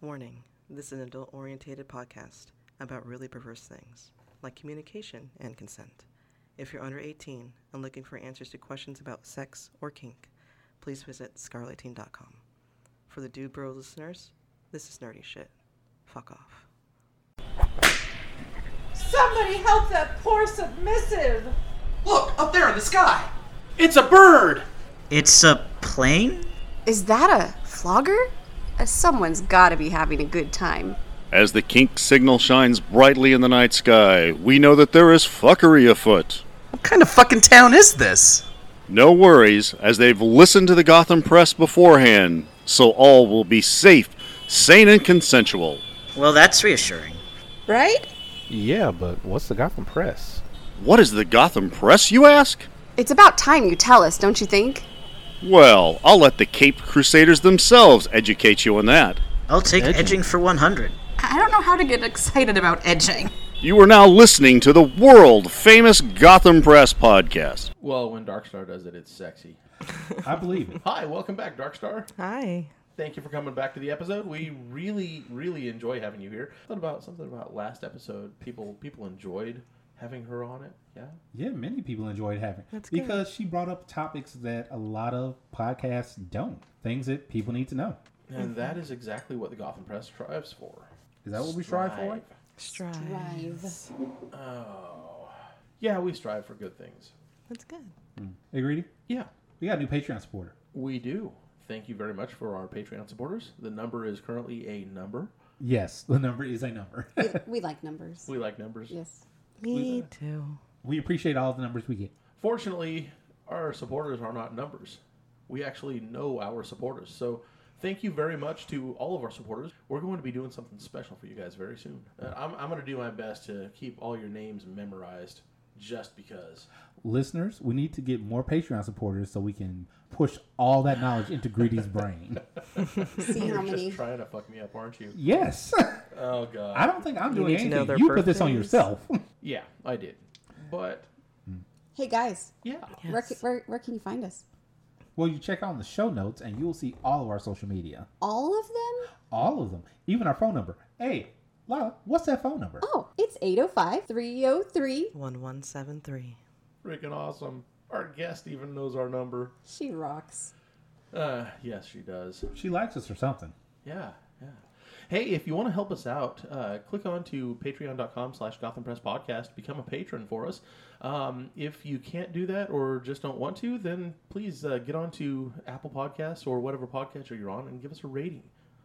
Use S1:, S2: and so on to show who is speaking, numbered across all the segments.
S1: Warning this is an adult orientated podcast about really perverse things, like communication and consent. If you're under 18 and looking for answers to questions about sex or kink, please visit scarlet18.com. For the Dude Bro listeners, this is nerdy shit. Fuck off.
S2: Somebody help that poor submissive!
S3: Look, up there in the sky!
S4: It's a bird!
S5: It's a plane?
S6: Is that a flogger? Uh, someone's gotta be having a good time.
S7: As the kink signal shines brightly in the night sky, we know that there is fuckery afoot.
S4: What kind of fucking town is this?
S7: No worries, as they've listened to the Gotham press beforehand, so all will be safe, sane, and consensual.
S5: Well, that's reassuring.
S6: Right?
S8: Yeah, but what's the Gotham Press?
S7: What is the Gotham press, you ask?
S6: It's about time you tell us, don't you think?
S7: Well, I'll let the Cape Crusaders themselves educate you on that.
S5: I'll take edging, for 100.
S9: I don't know how to get excited about edging.
S7: You are now listening to the world famous Gotham Press podcast.
S10: Well, when Darkstar does it, it's sexy.
S8: I believe it.
S10: Hi, welcome back, Darkstar.
S1: Hi.
S10: Thank you for coming back to the episode. We really, really enjoy having you here. Thought about something about last episode. People, people enjoyed having her on it. Yeah.
S8: Yeah, many people enjoyed having
S1: That's good.
S8: because she brought up topics that a lot of podcasts don't. Things that people need to know.
S10: And that is exactly what the Gotham Press strives for.
S8: Is that what we strive for?
S10: Strive.
S1: Strive.
S10: Oh. Yeah, we strive for good things.
S1: That's good.
S8: Hey, Greedy,
S10: Yeah,
S8: we got a new Patreon supporter.
S10: we do. Thank you very much for our Patreon supporters. The number is currently a number.
S8: Yes, the number is a number.
S6: We like numbers.
S10: We like numbers.
S6: Yes.
S1: Me too.
S8: we appreciate all the numbers we get.
S10: Fortunately, our supporters are not numbers. We actually know our supporters. So thank you very much to all of our supporters. We're going to be doing something special for you guys very soon. Uh, I'm, I'm going to do my best to keep all your names memorized just because.
S8: Listeners, we need to get more Patreon supporters so we can push all that knowledge into Greedy's brain.
S6: See how
S10: You're
S6: many.
S10: just trying to fuck me up, aren't you?
S8: Yes.
S10: Oh, God.
S8: I don't think I'm
S1: You
S8: doing
S1: need to know
S8: anything.
S1: their
S8: You put this on
S1: birthdays.
S8: yourself.
S10: Yeah, I did. But,
S6: Hey guys,
S10: yeah.
S6: where, ca- where, where can you find us?
S8: well, you check on the show notes and you will see all of our social media.
S6: All of them?
S8: All of them. Even our phone number. Hey, Lala, what's that phone number?
S6: Oh, it's 805 303.
S1: 1173.
S10: Freaking awesome. Our guest even knows our number.
S6: She rocks.
S10: Uh, yes, she does.
S8: She likes us or something.
S10: Yeah, yeah. Hey, if you want to help us out, uh, click on to patreon.com slash Gotham Press Podcast. Become a patron for us. Um, if you can't do that or just don't want to, then please uh, get on to Apple Podcasts or whatever podcatcher you're on and give us a rating.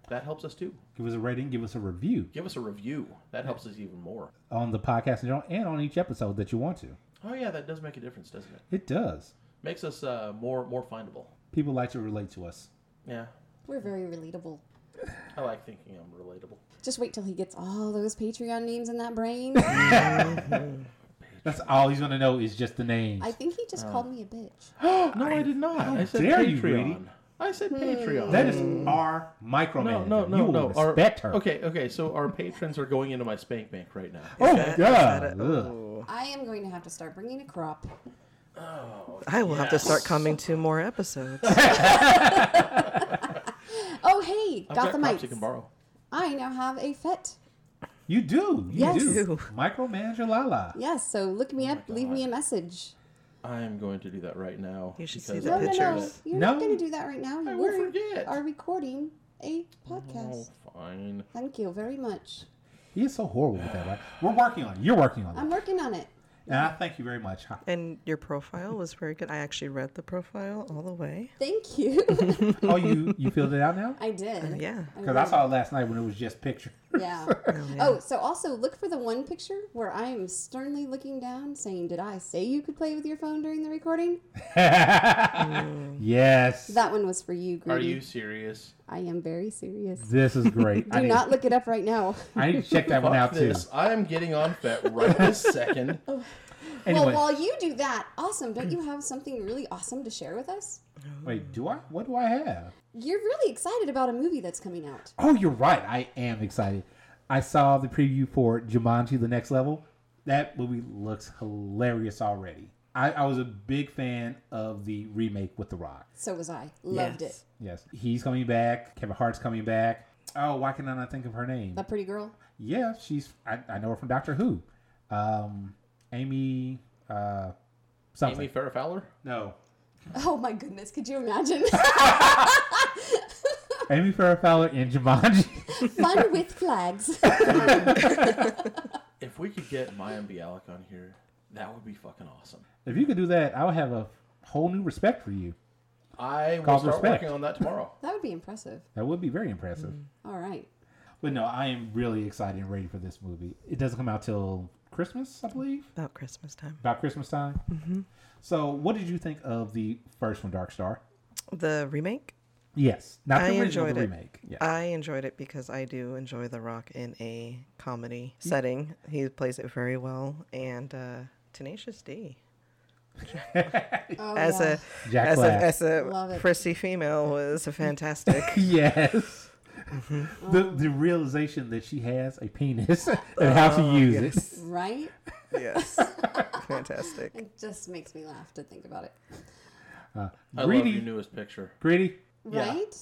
S10: That helps us too.
S8: Give us a rating, give us a review
S10: Give us a review. That helps us even more.
S8: on the podcast in general and on each episode that you want to.
S10: Oh yeah, that does make a difference, doesn't it?
S8: It does.
S10: Makes us uh, more more findable.
S8: People like to relate to us.
S10: Yeah,
S6: We're very relatable.
S10: I like thinking I'm relatable.
S6: Just wait till he gets all those Patreon names in that brain.
S8: That's all he's going to know is just the names.
S6: I think he just called me a bitch.
S10: no, I, did not. I said
S8: dare you,
S10: Patreon.
S8: Brady.
S10: I said Patreon.
S8: that is our micromanager.
S10: No, no, no,
S8: you will
S10: no.
S8: respect
S10: our,
S8: her.
S10: Okay, okay. So our patrons are going into my spank bank right now.
S8: Oh,
S1: Is
S8: God.
S1: that it?
S8: Ugh.
S1: Ooh.
S6: I am going to have to start bringing a crop.
S1: I will have to start coming to more episodes.
S6: Oh, hey,
S10: I've got props you can
S6: Gothamites.
S10: borrow.
S6: I now have a FET.
S8: You do. You
S6: Yes.
S8: do. Micromanager Lala.
S6: Yes, so look me up, leave me a message.
S10: I am going to do that right now.
S1: You should see
S10: because
S1: the
S6: No,
S10: I-
S6: no, no.
S1: pictures.
S6: You're
S8: No.
S6: not going to do that right now.
S10: I
S6: You
S10: will
S6: were-
S10: forget.
S6: are recording a podcast.
S10: Oh, fine.
S6: Thank you very much.
S8: He is so horrible with that, right? We're working on it. You're working on it.
S6: I'm working on it.
S8: and I thank you very much.
S1: And your profile was very good. I actually read the profile all the way.
S6: Thank you.
S8: Oh, you, you filled it out now?
S6: I did.
S1: Yeah.
S8: Because I saw it last night when it was just picture.
S6: Yeah. Oh, so also look for the one picture where I am sternly looking down saying, Did I say you could play with your phone during the recording?
S8: yes.
S6: That one was for you,
S10: Are
S6: Greedy.
S10: you serious?
S6: I am very serious.
S8: this is great.
S6: Do
S8: I, need,
S6: not look it up right now.
S8: I need to check that one out too.
S10: this. I am getting on FET right this second.
S8: Anyway,
S6: Well, while you do that, awesome. Don't you have something really awesome to share with us?
S8: wait, do I? What do I have?
S6: You're really excited about a movie that's coming out.
S8: Oh, you're right. I am excited. I saw the preview for Jumanji: The Next Level. That movie looks hilarious already. I, I was a big fan of the remake with The Rock.
S6: So was I. Loved
S1: Yes.
S6: it.
S8: Yes, he's coming back. Kevin Hart's coming back. Oh, why can I not think of her name?
S6: That pretty girl.
S8: Yeah, she's. I, I know her from Doctor Who. Um, Amy. Uh, something.
S10: Amy Farrah Fowler?
S8: no.
S6: Oh my goodness, could you imagine?
S8: Amy Farrah Fowler in Jumanji.
S6: Fun with flags.
S10: If we could get Maya Bialik on here, that would be fucking awesome.
S8: if you could do that, I would have a whole new respect for you.
S10: I will
S8: Called
S10: start
S8: respect.
S10: working on that tomorrow.
S6: That would be impressive.
S8: That would be very impressive.
S1: Mm-hmm.
S6: All right.
S8: But no, I am really excited and ready for this movie. It doesn't come out till Christmas, I believe,
S1: About Christmas time.
S8: about Christmas time. Mm-hmm. So, what did you think of the first one, Dark Star?
S1: The remake?
S8: Yes, not the
S1: I
S8: original,
S1: enjoyed
S8: the
S1: it.
S8: remake. Yeah.
S1: I enjoyed it because I do enjoy The Rock in a comedy setting. He plays it very well. And uh, Tenacious D.
S6: Oh,
S1: as
S6: yeah.
S1: a
S8: Jack
S1: as
S8: Black.
S1: a as
S6: Love
S1: a
S6: it.
S1: prissy female was fantastic.
S8: yes.
S1: Mm-hmm.
S8: The, the realization that she has a penis and how
S1: Oh,
S8: to use it.
S6: right.
S1: yes, fantastic.
S6: It just makes me laugh to think about it.
S10: I
S8: Uh, Greedy.
S10: love your newest picture.
S8: Pretty
S10: Yeah.
S6: Right.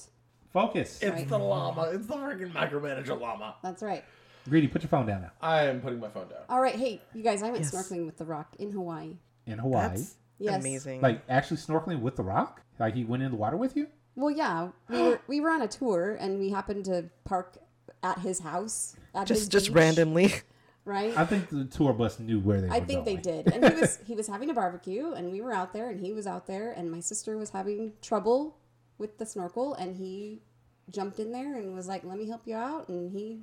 S8: focus.
S10: It's the llama. It's the freaking micromanager llama.
S6: That's right.
S8: Greedy, put your phone down now.
S10: I am putting my phone down.
S6: All right. Hey, you guys, I went
S1: Yes.
S6: snorkeling with the Rock in Hawaii.
S8: In Hawaii.
S1: That's
S6: Yes.
S1: amazing.
S8: Like actually snorkeling with the rock? Like he went in the water with you?
S6: Well, yeah, we were we were on a tour and we happened to park at his house. At his
S1: just just
S6: beach,
S1: randomly.
S6: right?
S8: I think the tour bus knew where they
S6: I
S8: were
S6: think they
S8: going.
S6: did. And he was he was having a barbecue and we were out there and he was out there and my sister was having trouble with the snorkel and he jumped in there and was like, "Let me help you out." And he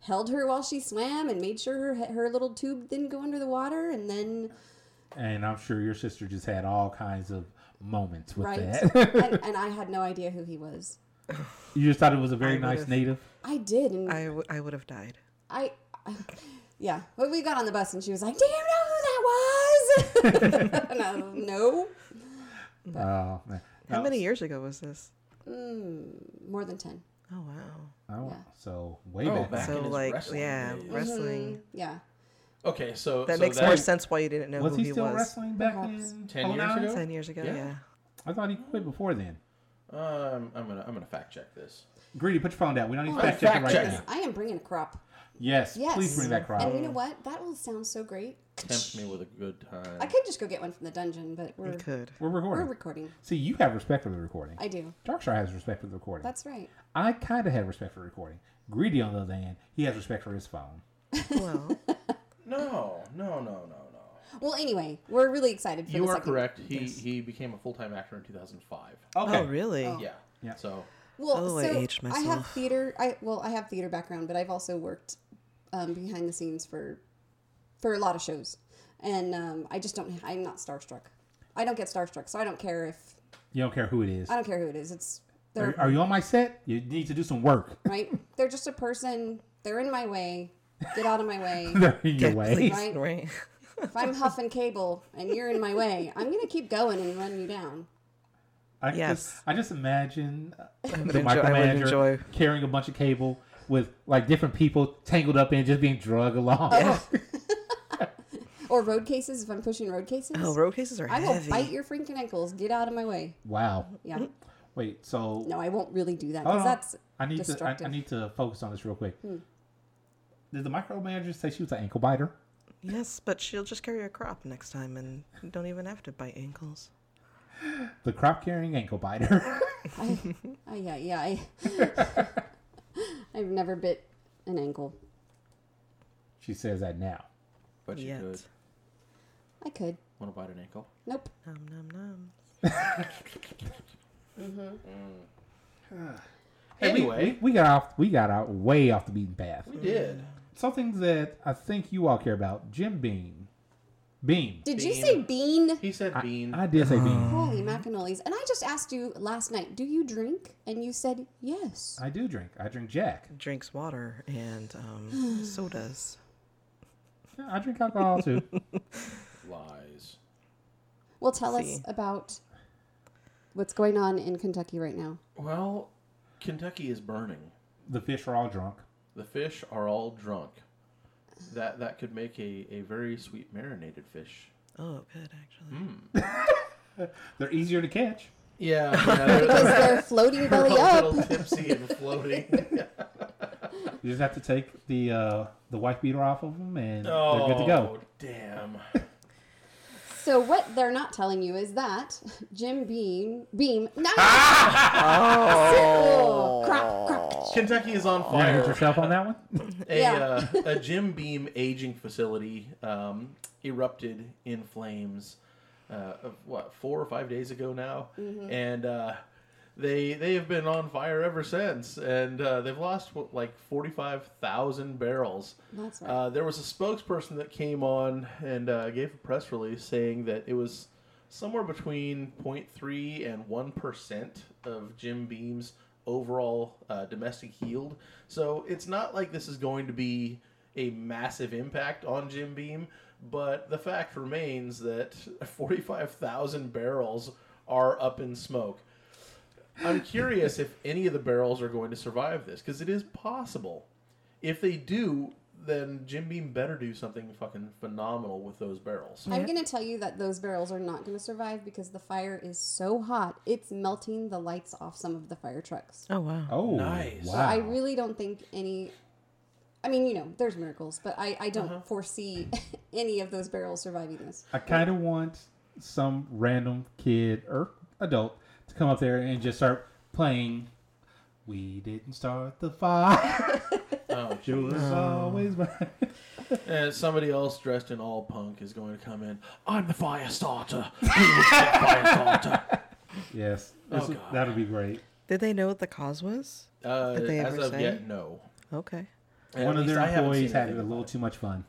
S6: held her while she swam and made sure her her little tube didn't go under the water and then
S8: And I'm sure your sister just had all kinds of moments with
S6: right
S8: that.
S6: and, and I had no idea who he was.
S8: you just thought it was a very nice
S1: would've-
S8: native.
S6: I did and
S1: I, w- I would have died.
S6: I, I yeah. But we got on the bus and she was like, "Do you know who that was?" and I was, no,
S8: Oh man.
S1: How many years ago was this?
S6: Mm, more than ten.
S1: Oh wow.
S8: Oh,
S6: Yeah.
S8: So way
S10: Oh,
S8: back.
S10: back
S1: So
S10: in his
S1: like
S10: wrestling
S1: yeah,
S10: days.
S1: wrestling.
S6: Mm-hmm. Yeah,
S10: Okay, so
S1: That
S10: so
S1: makes more sense why you didn't know
S8: Was
S1: who
S8: he
S1: he
S8: still
S1: was.
S8: wrestling back
S6: Perhaps.
S8: in
S10: 10 years
S8: 09?
S10: ago?
S1: Ten years ago,
S10: Yeah.
S1: yeah.
S8: I thought he quit before then.
S10: Um, I'm gonna I'm gonna fact check this.
S8: Greedy, put your phone down. We don't need
S6: Oh,
S8: to fact check it
S10: fact
S8: right
S10: check.
S8: now.
S6: I am bringing a crop.
S8: Yes,
S6: Yes,
S8: please bring that crop.
S6: And you know what? That will sound so great.
S10: Tempt me with a good time.
S6: I could just go get one from the dungeon, but
S1: You
S6: we're
S1: could.
S8: We're
S6: we're
S8: recording.
S6: recording.
S8: See, you have respect for the recording.
S6: I do.
S8: Darkshire has respect for the recording.
S6: That's right.
S8: I kind of have respect for the recording. Greedy, on the other hand, he has respect for his phone.
S1: Well,
S10: No, no, no, no, no.
S6: Well, anyway, we're really excited for
S10: You
S6: the
S10: are
S6: second.
S10: correct. He he became a full time actor in 2005.
S1: oh really?
S10: Yeah.
S8: Yeah.
S10: So
S6: Well,
S1: Oh, I
S6: so
S1: aged
S6: I have
S1: myself.
S6: theater. I well, I have theater background, but I've also worked um, behind the scenes for for a lot of shows, and um, I just don't. I'm not starstruck. I don't get starstruck, so I don't care if
S8: You don't care who it is.
S6: I don't care who it is. It's
S8: Are,
S6: they're
S8: are you on my set? You need to do some work.
S6: right. They're just a person. They're in my way. Get out of my way.
S8: They're in your
S1: Yeah,
S8: way.
S1: please,
S6: Right.
S1: right?
S6: if I'm huffing cable and you're in my way, I'm gonna keep going and run you down.
S8: I can
S1: Yes.
S8: just, I just imagine uh, the
S1: enjoy- I would
S8: micromanager
S1: enjoy-
S8: carrying a bunch of cable with like different people tangled up in just being drug along.
S6: Or road cases. If I'm pushing road cases,
S1: Oh, road cases are
S6: I will
S1: heavy.
S6: bite your freaking ankles. Get out of my way.
S8: Wow.
S6: Yeah.
S8: Wait. So
S6: No, I won't really do that
S8: Hold
S6: because
S8: on.
S6: that's
S8: Oh, I need to I,
S6: destructive. Hmm.
S8: I need to focus on this real quick. Did the micromanager say she was an ankle biter?
S1: Yes, but she'll just carry a crop next time and don't even have to bite ankles.
S8: The crop carrying ankle biter.
S6: Oh, yeah, yeah. I, I've never bit an ankle.
S8: she says that now.
S10: but you
S1: Yet.
S10: could
S6: I could.
S10: want to bite an ankle.
S6: Nope.
S1: Nom nom nom.
S8: Hey, we-
S10: Anyway.
S8: we, we got off. We got out way off the beaten path.
S10: We did.
S8: Something that I think you all care about. Jim Beam. Beam.
S6: Did you say bean?
S10: He said bean.
S8: I did say Beam.
S6: Holy macanoles. And I just asked you last night, do you drink? And you said yes.
S8: I do drink. I drink Jack.
S1: Drinks water and um, sodas.
S8: Yeah, I drink alcohol too.
S10: Lies.
S6: Well, tell us
S1: See.
S6: about what's going on in Kentucky right now.
S10: Well, Kentucky is burning.
S8: the fish are all drunk.
S10: The fish are all drunk. That that could make a, a very sweet marinated fish.
S1: Oh, good actually.
S8: They're easier to catch.
S10: Yeah, yeah they're,
S6: They're floating
S10: they're
S6: belly
S10: a
S6: up.
S10: little tipsy and floating.
S8: You just have to take the uh, the wife beater off of them, and they're good to go.
S10: Oh, damn.
S6: So what they're not telling you is that Jim Beam Beam no oh. crap, crap.
S10: Kentucky is on
S8: You gonna hit
S10: fire.
S8: yourself on that one?
S10: A,
S6: Yeah.
S10: uh, a Jim Beam aging facility um, erupted in flames. Uh, of what four or five days ago now,
S6: Mm-hmm.
S10: and uh, they they have been on fire ever since, and uh, they've lost what, like forty five thousand barrels.
S6: That's right.
S10: Uh, there was a spokesperson that came on and uh, gave a press release saying that it was somewhere between 0.3 and 1% of Jim Beam's overall uh, domestic yield. So it's not like this is going to be a massive impact on Jim Beam, but the fact remains that 45,000 barrels are up in smoke. I'm curious if any of the barrels are going to survive this because it is possible. If they do, then Jim Beam better do something fucking phenomenal with those barrels.
S6: I'm gonna tell you that those barrels are not gonna survive because the fire is so hot it's melting the lights off some of the fire trucks.
S1: Oh wow.
S8: Oh,
S10: Nice.
S8: Wow.
S6: I really don't think any. I mean, you know, there's miracles, but I, I don't foresee any of those barrels surviving this.
S8: I kind of want some random kid or adult to come up there and just start playing. We didn't start the fire.
S10: Oh,
S8: It was always mine."
S10: and somebody else dressed in all punk is going to come in. I'm the fire starter. Who was the fire starter?
S8: yes, This is-
S10: Oh, God.
S8: that'll be great.
S1: Did they know what the cause was?
S10: Uh,
S1: Did they
S10: as
S1: ever
S10: of
S1: say?
S10: yet, no.
S1: Okay.
S10: At
S8: One of
S10: least
S8: their
S10: I haven't
S8: employees
S10: seen
S8: had it a
S10: anything.
S8: little too much fun.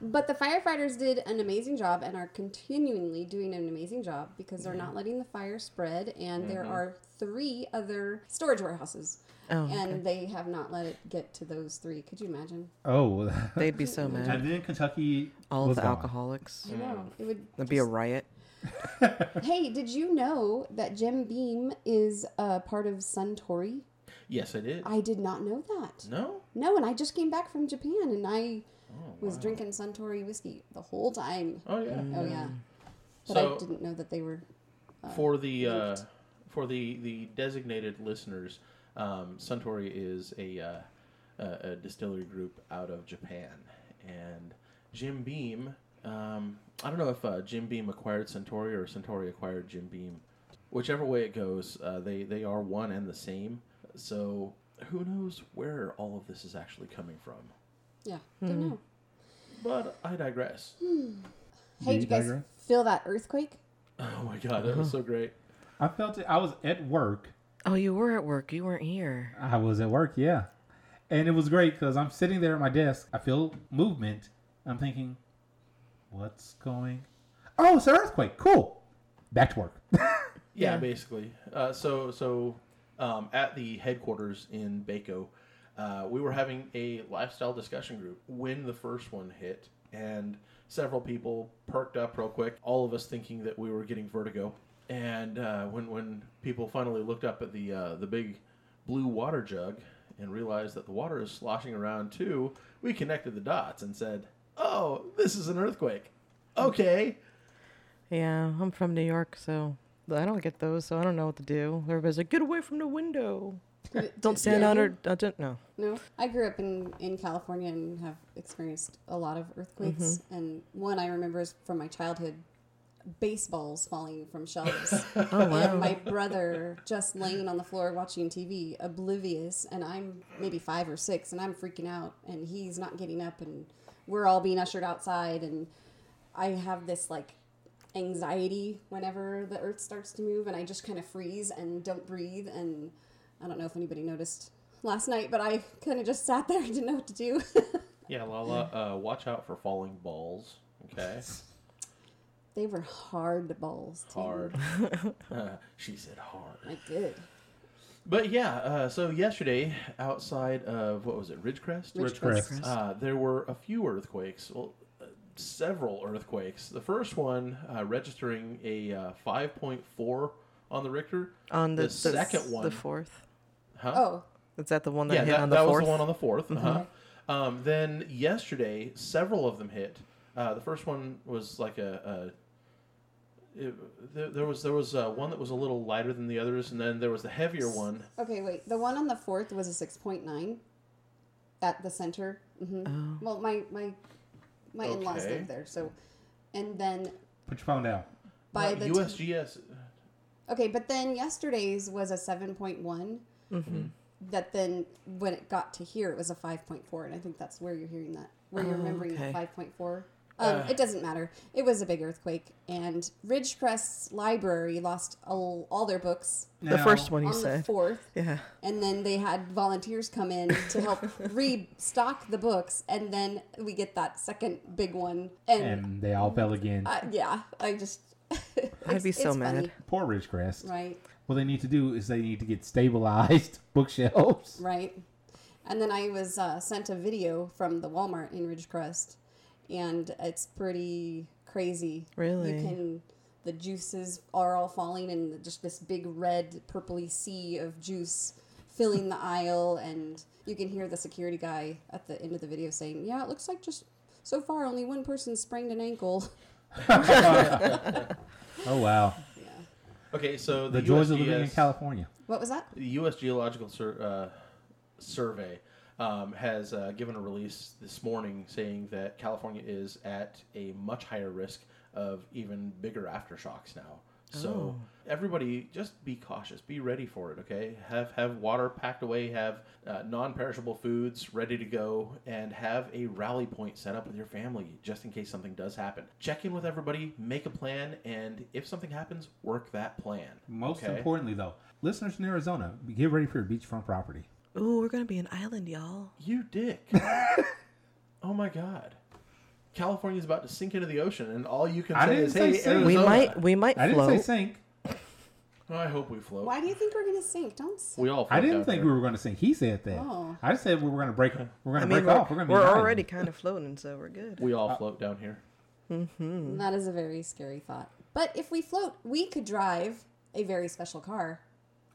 S6: But the firefighters did an amazing job and are continually doing an amazing job because they're not letting the fire spread, and there are three other storage warehouses,
S1: Oh,
S6: and they have not let it get to those three. Could you imagine?
S8: Oh,
S1: They'd be so mad.
S8: and then Kentucky
S1: All of
S8: was
S1: the
S8: gone.
S1: alcoholics.
S6: I know it would.
S1: That'd be a riot.
S6: Hey, did you know that Jim Beam is a part of Suntory?
S10: Yes, I did.
S6: I did not know that.
S10: No?
S6: No, and I just came back from Japan and I was drinking Suntory whiskey the whole time.
S10: Oh, yeah.
S1: Mm.
S6: Oh yeah. But
S10: So-
S6: I didn't know that they were
S10: for the uh, for the the designated listeners, um, Suntory is a, uh, a a distillery group out of Japan, and Jim Beam. Um, I don't know if uh, Jim Beam acquired Suntory or Suntory acquired Jim Beam. Whichever way it goes, uh, they they are one and the same. So who knows where all of this is actually coming from?
S6: yeah, don't know.
S10: But I digress.
S6: Hey, did you guys
S8: digress?
S6: feel that earthquake?
S10: Oh my god, that was so great.
S8: I felt it. I was at work.
S1: Oh, you were at work. You weren't here.
S8: I was at work, yeah. And it was great because I'm sitting there at my desk. I feel movement. I'm thinking, what's going? Oh, it's an earthquake. Cool. Back to work.
S10: Yeah, basically. Uh, so so um, at the headquarters in Baco, uh, we were having a lifestyle discussion group when the first one hit, and several people perked up real quick. All of us thinking that we were getting vertigo, and uh, when when people finally looked up at the uh, the big blue water jug and realized that the water is sloshing around too, we connected the dots and said, "Oh, this is an earthquake." Okay.
S1: Yeah, I'm from New York, so I don't get those, so I don't know what to do. Everybody's like, get away from the window. Don't stand
S6: Yeah.
S1: under. I don't know.
S6: No, I grew up in in California and have experienced a lot of earthquakes. And one I remember is from my childhood. Baseballs falling from shelves, and my brother just laying on the floor watching TV, oblivious. And I'm maybe five or six, and I'm freaking out, and he's not getting up, and we're all being ushered outside, and I have this like anxiety whenever the earth starts to move and I just kind of freeze and don't breathe and I don't know if anybody noticed last night but I kind of just sat there and didn't know what to do.
S10: Yeah, Lala, uh, watch out for falling balls. Okay.
S6: they were hard balls too.
S10: Hard. Uh, she said hard.
S6: I did.
S10: But yeah, uh, so yesterday, outside of, what was it, Ridgecrest?
S8: Chris.
S10: Uh, there were a few earthquakes. Well, uh, several earthquakes. The first one uh, registering a uh, 5.4 on the Richter.
S1: On the,
S10: The second one.
S1: the fourth.
S10: Huh?
S6: Oh,
S1: Is that the one that
S10: yeah,
S1: hit
S10: that,
S1: on the
S10: that
S1: fourth? Mm-hmm.
S10: was the one on the 4th Uh-huh. Um, then yesterday, several of them hit. Uh, the first one was like a. a it, there, there was there was uh, one that was a little lighter than the others, and then there was the heavier one.
S6: okay, wait. The one on the 4th was a 6.9 at the center. hmm Well, my my my in-laws
S10: Okay.
S6: live there, so and then
S8: Put your phone down.
S6: by
S10: Well,
S6: the t-
S10: USGS.
S6: okay, but then yesterday's was a seven point one.
S1: Mm-hmm.
S6: That then when it got to here, it was a five point four, and I think that's where you're hearing that, where you're remembering
S1: Oh, okay. Uh.
S6: that five point four. Um, it doesn't matter. It was a big earthquake, and Ridgecrest's library lost all, all their books
S1: The
S8: Now-
S1: first one you
S6: on the
S1: said.
S6: fourth.
S1: Yeah.
S6: and then they had volunteers come in to help restock the books and then we get that second big one and,
S8: And they all fell again.
S6: I, yeah i just
S1: I'd be so mad.
S8: Poor Ridgecrest.
S6: right
S8: What they need to do is they need to get stabilized bookshelves.
S6: right and then i was uh, sent a video from the walmart in ridgecrest and it's pretty crazy
S1: Really?
S6: you can the juices are all falling and just this big red purpley sea of juice filling the aisle and you can hear the security guy at the end of the video saying yeah it looks like just so far only one person sprained an ankle
S8: Oh wow.
S10: Okay, so
S8: The
S10: the,
S8: joys
S10: USGS,
S8: of living in California.
S6: what was that
S10: The U.S. Geological Sur- uh, Survey um, has uh, given a release this morning saying that California is at a much higher risk of even bigger aftershocks now. So everybody, just be cautious. Be ready for it. Okay, have have water packed away. Have uh, non-perishable foods ready to go, and have a rally point set up with your family just in case something does happen. Check in with everybody, make a plan, and if something happens, work that plan.
S8: Most
S10: okay?
S8: importantly though, listeners in Arizona, get ready for your beachfront property.
S1: Ooh, we're gonna be an island, y'all.
S10: You dick. oh my god. California's about to sink into the ocean, and all you can
S8: I
S10: say
S8: didn't
S10: is,
S8: say
S10: hey,
S8: sink.
S10: Arizona.
S1: We might, we might
S8: I didn't
S1: float.
S8: say sink.
S10: Oh, I hope we float.
S6: why do you think we're gonna sink don't sink
S10: We all float
S8: I didn't
S10: down
S8: think
S10: here.
S8: we were going to sink. He said that.
S6: Oh.
S8: I said we were going to break. We're going
S1: I
S8: to
S1: mean,
S8: break
S1: we're,
S8: off. We're going to be.
S1: we're
S8: an island.
S1: already kind of floating, so we're good.
S10: We all float down here.
S6: that is a very scary thought but if we float we could drive a very special car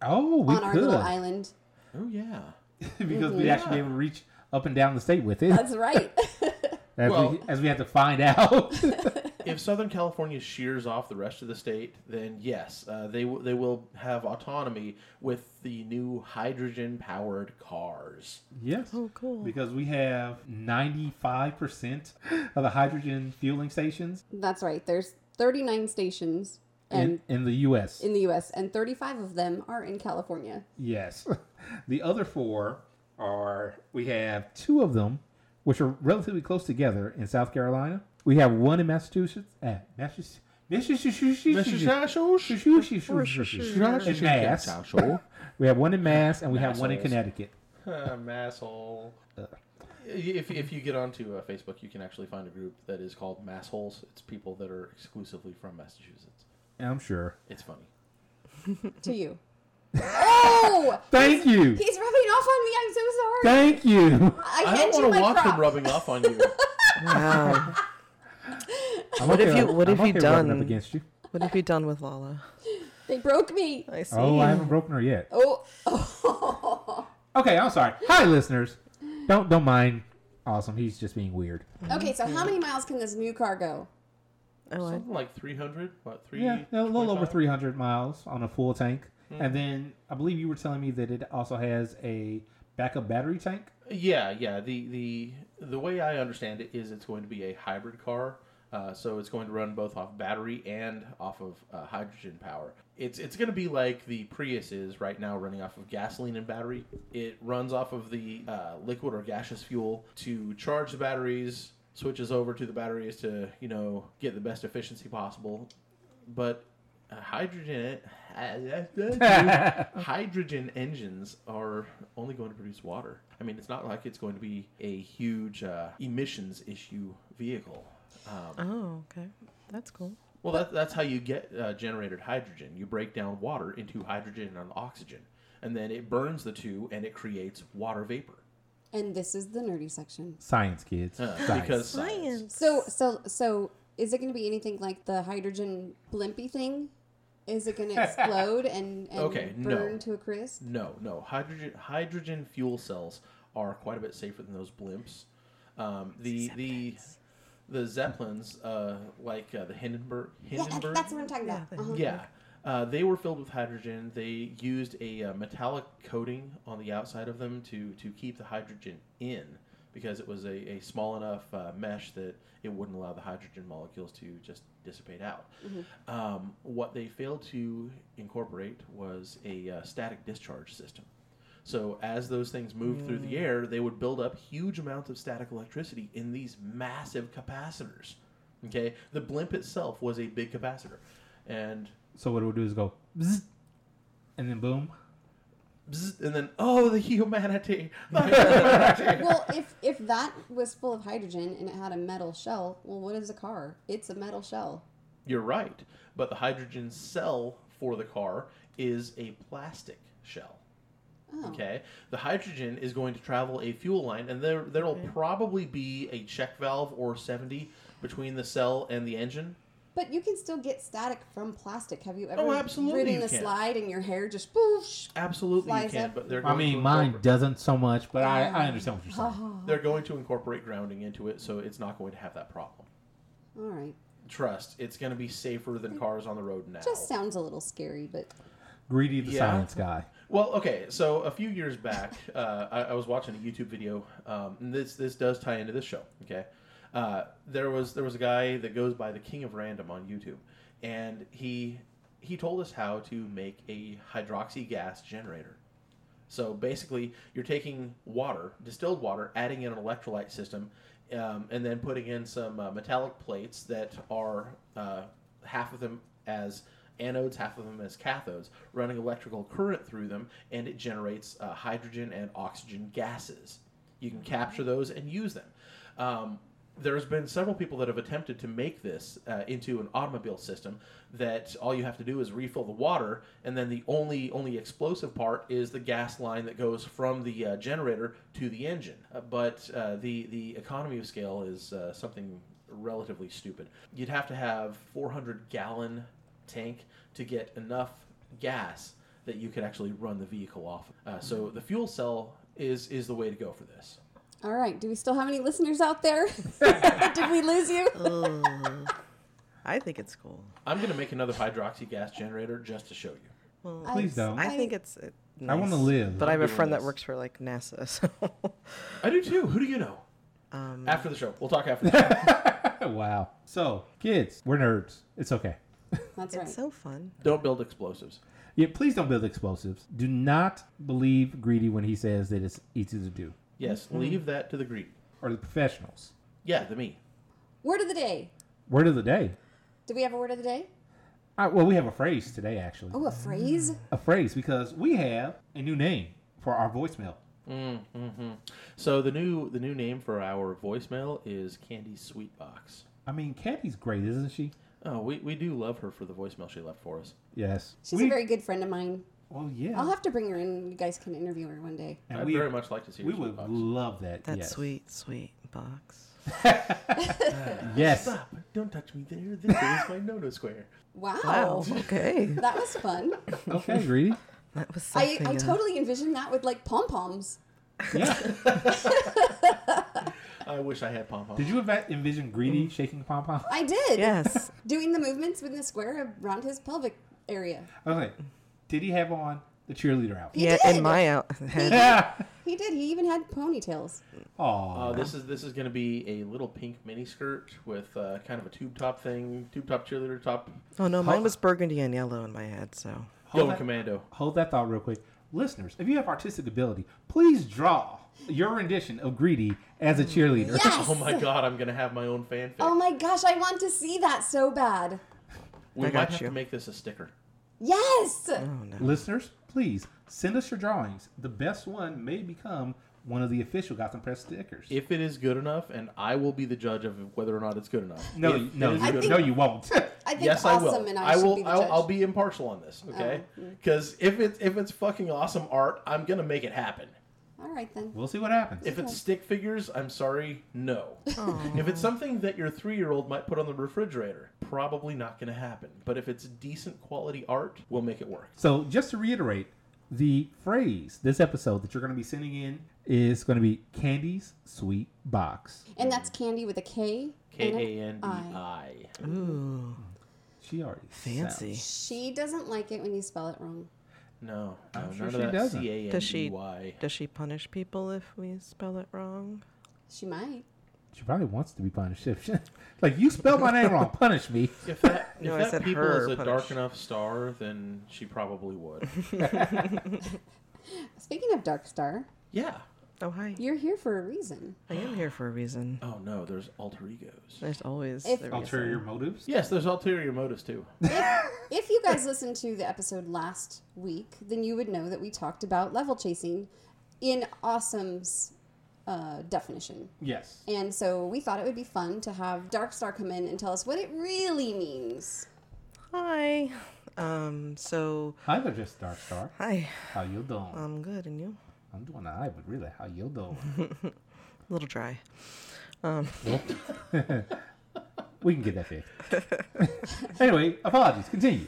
S8: Oh, we
S6: on our
S8: could
S6: little island
S10: Oh yeah.
S8: because we'd actually be able to reach up and down the state with it.
S6: that's right
S8: As,
S10: Well-
S8: we, as we have to find out.
S10: If Southern California shears off the rest of the state, then yes, uh, they w- they will have autonomy with the new hydrogen powered cars.
S8: yes.
S1: Oh, cool.
S8: Because we have ninety-five percent of the hydrogen fueling stations
S6: That's right. There's 39 stations and
S8: in, in the U.S.
S6: in the U.S. and 35 of them are in California.
S8: yes. The other four are. We have two of them, which are relatively close together in South Carolina. We have one in Massachusetts. Uh, Massachusetts. Massachusetts. in Mass. We have one in Mass, and we have one in
S10: Assholes.
S8: Connecticut.
S10: Masshole.
S8: Uh.
S10: If, if you get onto uh, Facebook, you can actually find a group that is called Massholes. It's people that are exclusively from Massachusetts.
S8: I'm sure.
S10: It's funny.
S6: To you. oh!
S8: Thank you.
S6: He's rubbing off on me. I'm so sorry.
S8: Thank you.
S6: I,
S10: I
S6: hand
S10: don't
S6: you
S10: want
S6: my
S10: to watch
S6: crop.
S10: him rubbing off on you.
S1: Wow.
S8: what
S1: have you- what have you
S8: Up
S1: done?
S8: against you?
S1: what have you done with Lala?
S6: They broke me.
S1: I see.
S8: Oh, I haven't broken her yet.
S6: Oh. oh.
S8: Okay, I'm sorry. Hi, listeners. Don't don't mind. Awesome. He's just being weird.
S10: Mm-hmm.
S6: okay, so how many miles can this new car go?
S1: Oh, I-
S10: Something like 300? What, three,
S8: Yeah, a little over
S10: 25?
S8: 300 miles on a full tank, and then I believe you were telling me that it also has a backup battery tank.
S10: Yeah, yeah. The the the way I understand it is it's going to be a hybrid car, uh, so it's going to run both off battery and off of uh, hydrogen power. It's it's going to be like the Prius is right now, running off of gasoline and battery. It runs off of the uh, liquid or gaseous fuel to charge the batteries, switches over to the batteries to you know get the best efficiency possible, but. uh, Hydrogen, hydrogen engines are only going to produce water. I mean, it's not like it's going to be a huge uh, emissions issue vehicle. Um,
S1: oh, okay. That's cool.
S10: well, that, that's how you get uh, generated hydrogen. You break down water into hydrogen and oxygen, and then it burns the two and it creates water vapor.
S6: And this is the nerdy section.
S8: Science, kids.
S10: Uh,
S8: Science.
S10: Because science.
S6: So, so, so, is it going to be anything like the hydrogen blimpy thing? Is it going to explode and, and
S10: Okay, no.
S6: burn to a crisp?
S10: No, no. Hydrogen hydrogen fuel cells are quite a bit safer than those blimps. Um, the the the zeppelins, uh, like uh, the Hindenburg.
S6: Yeah,
S10: Hindenburg.
S6: that's what I'm talking about. Uh-huh.
S10: Yeah. Uh, they were filled with hydrogen. They used a uh, metallic coating on the outside of them to, to keep the hydrogen in because it was a, a small enough uh, mesh that it wouldn't allow the hydrogen molecules to just dissipate out.
S6: Mm-hmm.
S10: Um, what they failed to incorporate was a uh, static discharge system. So as those things moved through the air, they would build up huge amounts of static electricity in these massive capacitors. Okay, the blimp itself was a big capacitor, and
S8: So what it would do is go, bzzz, and then boom.
S10: bzzz, and then oh, the humanity, the humanity.
S6: Well, if if that was full of hydrogen and it had a metal shell, well, what is a car? It's a metal shell.
S10: You're right, but the hydrogen cell for the car is a plastic shell.
S6: Oh.
S10: Okay, the hydrogen is going to travel a fuel line, and there there'll probably be a check valve or seventy between the cell and the engine.
S6: But you can still get static from plastic. Have
S8: Oh,
S6: you ever
S10: absolutely
S6: ridden
S10: you
S6: a
S10: can.
S6: slide and your hair just poosh?
S10: Absolutely, you
S6: Flies
S10: can,
S6: up.
S10: but they're.
S8: I
S10: Going
S8: mean,
S10: to
S8: mine
S10: incorporate-
S8: doesn't so much, but I, I understand what you're saying.
S6: Oh,
S10: They're going to incorporate grounding into it, so it's not going to have that problem.
S6: all right.
S10: Trust, it's going to be safer than cars on the road now.
S6: Just sounds a little scary, but
S8: Greedy the
S10: Yeah.
S8: science guy.
S10: Well, okay. So a few years back, uh, I, I was watching a YouTube video. Um, and this this does tie into this show. Okay, uh, there was there was a guy that goes by the King of Random on YouTube, and he he told us how to make a hydroxy gas generator. So basically, you're taking water, distilled water, adding in an electrolyte system, um, and then putting in some uh, metallic plates that are uh, half of them as anodes, half of them as cathodes, running electrical current through them, and it generates uh, hydrogen and oxygen gases. You can capture those and use them. Um, there's been several people that have attempted to make this uh, into an automobile system that all you have to do is refill the water and then the only only explosive part is the gas line that goes from the uh, generator to the engine Uh, but uh, the the economy of scale is uh, something relatively stupid you'd have to have 400 gallon tank to get enough gas that you could actually run the vehicle off uh,
S8: Mm-hmm.
S10: so the fuel cell is is the way to go for this
S6: all right. Do we still have any listeners out there? Did we lose you?
S1: Oh, I think it's cool.
S10: I'm going to make another hydroxy gas generator just to show you.
S1: Well,
S6: I-
S8: Please don't.
S1: I,
S6: I-
S1: think it's. uh,
S8: I want to
S1: nice.
S8: live.
S1: But I have a
S10: doing
S1: friend that
S10: this.
S1: works for like NASA, so
S10: I do too. Who do you know?
S1: um,
S10: After the show. We'll talk after the show. Oh,
S8: wow. So, kids, we're nerds. It's okay.
S6: That's right.
S1: it's so fun.
S10: Don't build explosives.
S8: Yeah, please don't build explosives. Do not believe Greedy when he says that it's easy to do.
S10: Yes,
S8: Mm-hmm.
S10: leave that to the greedy.
S8: Or the professionals.
S10: Yeah, the me.
S6: Word of the day.
S8: Word of the day.
S6: Do we have a word of the day?
S8: Uh, well, we have a phrase today, actually.
S6: Oh, a phrase.
S8: A phrase because we have a new name for our voicemail.
S10: Mm-hmm. So the new the new name for our voicemail is Candy Sweetbox.
S8: I mean, Kathy's great, isn't she?
S10: Oh, we, we do love her for the voicemail she left for us.
S8: Yes.
S6: She's
S8: we,
S6: a very good friend of mine.
S8: Well, yeah.
S6: I'll have to bring her in. You guys can interview her one day.
S8: and
S10: I'd
S8: we,
S10: very much like to see
S8: we
S10: her
S8: would
S10: sweetbox.
S8: love that.
S1: That
S8: yes.
S1: sweet, sweet box.
S8: Yes.
S10: Stop! Don't touch me there. This is my no-no square.
S6: Wow.
S1: Wow. Okay.
S6: That was fun.
S8: okay, Greedy.
S1: That was
S6: I,
S1: something.
S6: I
S1: uh,
S6: totally envisioned that with like pom poms.
S8: Yeah.
S10: I wish I had pom-pom.
S8: Did you eva- envision Greedy
S10: Mm.
S8: shaking pom pom?
S6: I did.
S1: Yes.
S6: Doing the movements within the square around his pelvic area.
S8: Okay. Did he have on the cheerleader outfit?
S6: He
S1: yeah,
S6: did.
S1: in my out.
S8: Yeah.
S6: He did. He even had ponytails.
S8: Aw.
S10: Uh, this is this is going to be a little pink mini skirt with uh, kind of a tube top thing, tube top cheerleader top.
S1: oh no, mine was burgundy and yellow in my head. So
S10: Going
S8: Oh, that-
S10: commando.
S8: Hold that thought real quick. Listeners, if you have artistic ability, please draw your rendition of Greedy as a cheerleader.
S6: Yes.
S10: Oh my god, I'm gonna have my own fanfic.
S6: Oh my gosh, I want to see that so bad.
S10: we
S1: I
S10: might
S1: got
S10: have to
S1: you.
S10: make this a sticker.
S6: Yes.
S10: Mm-hmm.
S1: oh no.
S8: Listeners, please send us your drawings. The best one may become one of the official Gotham Press stickers.
S10: If it is good enough, and I will be the judge of whether or not it's good enough.
S8: no,
S10: If it
S8: no,
S10: is
S8: you-
S10: good
S8: no,
S10: enough-
S8: you won't.
S6: I think
S10: Yes,
S6: awesome
S10: I will.
S6: and I,
S10: I
S6: should
S10: will.
S6: be the
S10: I'll,
S6: judge. Oh, mm.
S10: I'll be impartial on this, okay? Because if it's if it's fucking awesome art, I'm gonna make it happen.
S6: All right then.
S8: we'll see what happens.
S10: If it's stick figures, I'm sorry, no. if it's something that your three year old might put on the refrigerator, probably not gonna happen. But if it's decent quality art, we'll make it work.
S8: so, just to reiterate, the phrase this episode that you're going to be sending in is going to be Candy's Sweet Box.
S10: E
S6: And that's Candy with a K.
S10: K
S6: and a-
S10: A N D I.
S1: Ooh.
S8: She already
S1: Fancy.
S8: sounds-
S6: She doesn't like it when you spell it wrong.
S10: No, no,
S8: I'm
S10: none
S8: sure
S10: of
S8: she
S10: that
S8: doesn't.
S10: C A N
S1: Does she
S10: D Y.
S1: does she punish people if we spell it wrong?
S6: She might.
S8: She probably wants to be punished. If she- like you spelled my name wrong, punish me.
S10: If that, if
S1: No, I
S10: that
S1: said
S10: people
S1: her
S10: is a
S1: punish.
S10: dark enough star, then she probably would.
S6: Speaking of Dark Star,
S10: yeah.
S1: Oh hi.
S6: you're here for a reason.
S1: I am here for a reason.
S10: Oh no, there's alter egos.
S1: There's always
S6: If-
S1: a
S8: Ulterior
S1: reason.
S8: motives.
S10: Yes, there's ulterior motives too.
S6: If you guys listened to the episode last week, then you would know that we talked about level chasing in Awesome's uh, definition.
S8: Yes.
S6: And so we thought it would be fun to have Dark Star come in and tell us what it really means.
S1: Hi. Um. So
S8: Hi there, just Dark Star.
S1: hi.
S8: How you doing?
S1: I'm good, and you?
S8: I'm doing all right, but really, how you doing?
S1: A little dry.
S8: we can get that fixed. anyway, apologies. Continue.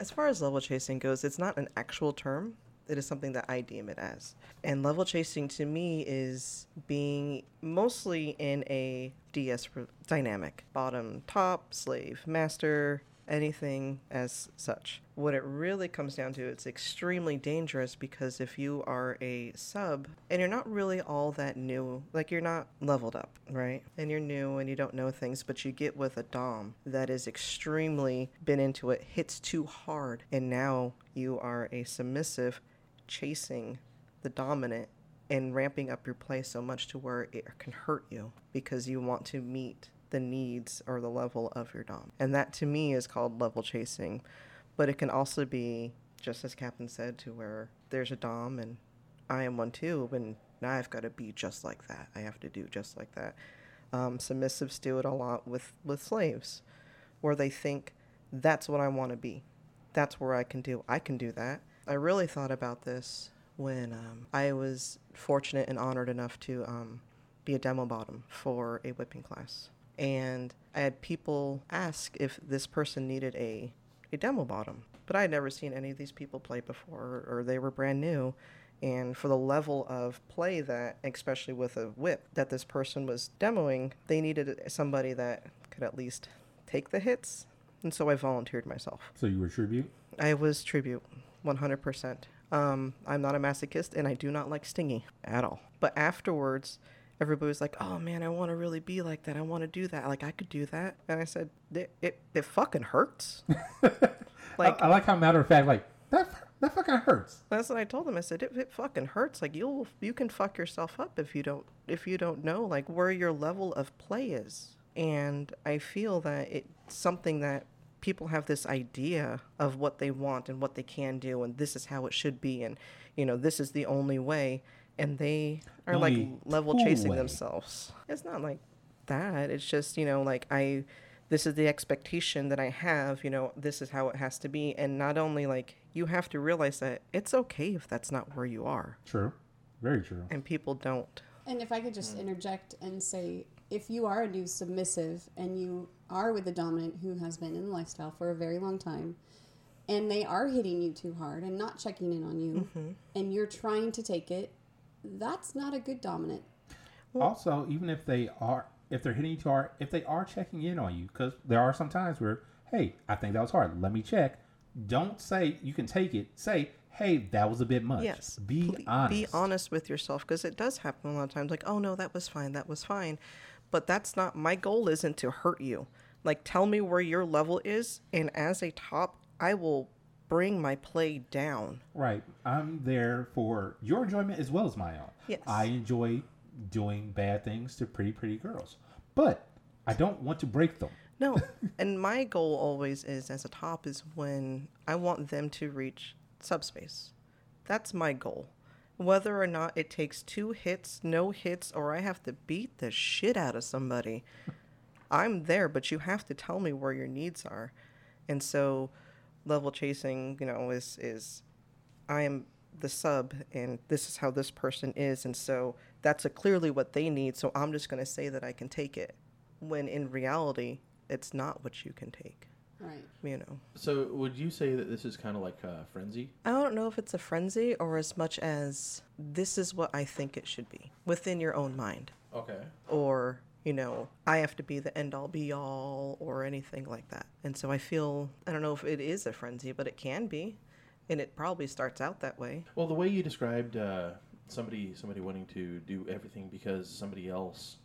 S1: As far as level chasing goes, it's not an actual term. It is something that I deem it as. And level chasing to me is being mostly in a DS r- dynamic bottom, top, slave, master, anything as such. What it really comes down to, it's extremely dangerous because if you are a sub and you're not really all that new, like you're not leveled up, right? And you're new and you don't know things, but you get with a Dom that is extremely been into it, hits too hard, and now you are a submissive chasing the dominant and ramping up your play so much to where it can hurt you because you want to meet the needs or the level of your dom. And that to me is called level chasing. But it can also be, just as Captain said, to where there's a dom and I am one too, and now I've got to be just like that. I have to do just like that. Um, submissives do it a lot with, with slaves, where they think that's what I want to be. That's where I can do. I can do that. I really thought about this when um, I was fortunate and honored enough to um, be a demo bottom for a whipping class, and I had people ask if this person needed a a demo bottom, but I had never seen any of these people play before, or they were brand new. And for the level of play that, especially with a whip that this person was demoing, they needed somebody that could at least take the hits. And so I volunteered myself.
S8: So you were tribute.
S1: I was tribute, 100%. Um, I'm not a masochist and I do not like stingy at all. But afterwards, everybody was like, oh man, I want to really be like that. I want to do that. Like, I could do that. And I said, it, it, it fucking hurts. like,
S8: I, I like how matter of fact, like that. That fucking hurts.
S1: that's what I told them. I said, it, it fucking hurts. Like, you'll, you can fuck yourself up if you don't, if you don't know, like, where your level of play is. And I feel that it's something that people have this idea of what they want and what they can do and this is how it should be and you know this is the only way and they are like
S8: Only
S1: level
S8: cool
S1: chasing
S8: way.
S1: themselves it's not like that it's just you know like i this is the expectation that i have you know this is how it has to be and not only like you have to realize that it's okay if that's not where you are
S8: True. Very true.
S1: and people don't
S6: And if I could just interject and say, if you are a new submissive and you are with the dominant who has been in the lifestyle for a very long time, and they are hitting you too hard and not checking in on you, and you're trying to take it, that's not a good dominant.
S8: also, even if they are, if they're hitting you too hard, if they are checking in on you, because there are some times where, hey, I think that was hard. Let me check. Don't say you can take it. Say, hey, that was a bit much.
S1: Yes.
S8: Be
S1: Ple-
S8: honest.
S1: Be honest with yourself because it does happen a lot of times. Like, oh no, that was fine. That was fine. But that's not my goal. Isn't to hurt you. Like, tell me where your level is, and as a top, I will bring my play down.
S8: Right. I'm there for your enjoyment as well as my own.
S1: Yes.
S8: I enjoy doing bad things to pretty, pretty girls, but I don't want to break them.
S1: No. and my goal always is as a top is when I want them to reach subspace. That's my goal. Whether or not it takes two hits, no hits, or I have to beat the shit out of somebody, I'm there, but you have to tell me where your needs are. And so level chasing, you know, is is I am the sub and this is how this person is and so that's a clearly what they need so I'm just going to say that I can take it when in reality it's not what you can take,
S6: Right.
S1: you know.
S10: So would you say that this is kind of like uh, frenzy?
S1: I don't know if it's a frenzy or as much as this is what I think it should be within your own mind
S10: Okay.
S1: or you know, I have to be the end all be all or anything like that. And so I feel, I don't know if it is a frenzy, but it can be. And it probably starts out that way.
S10: Well, the way you described uh, somebody somebody wanting to do everything because somebody else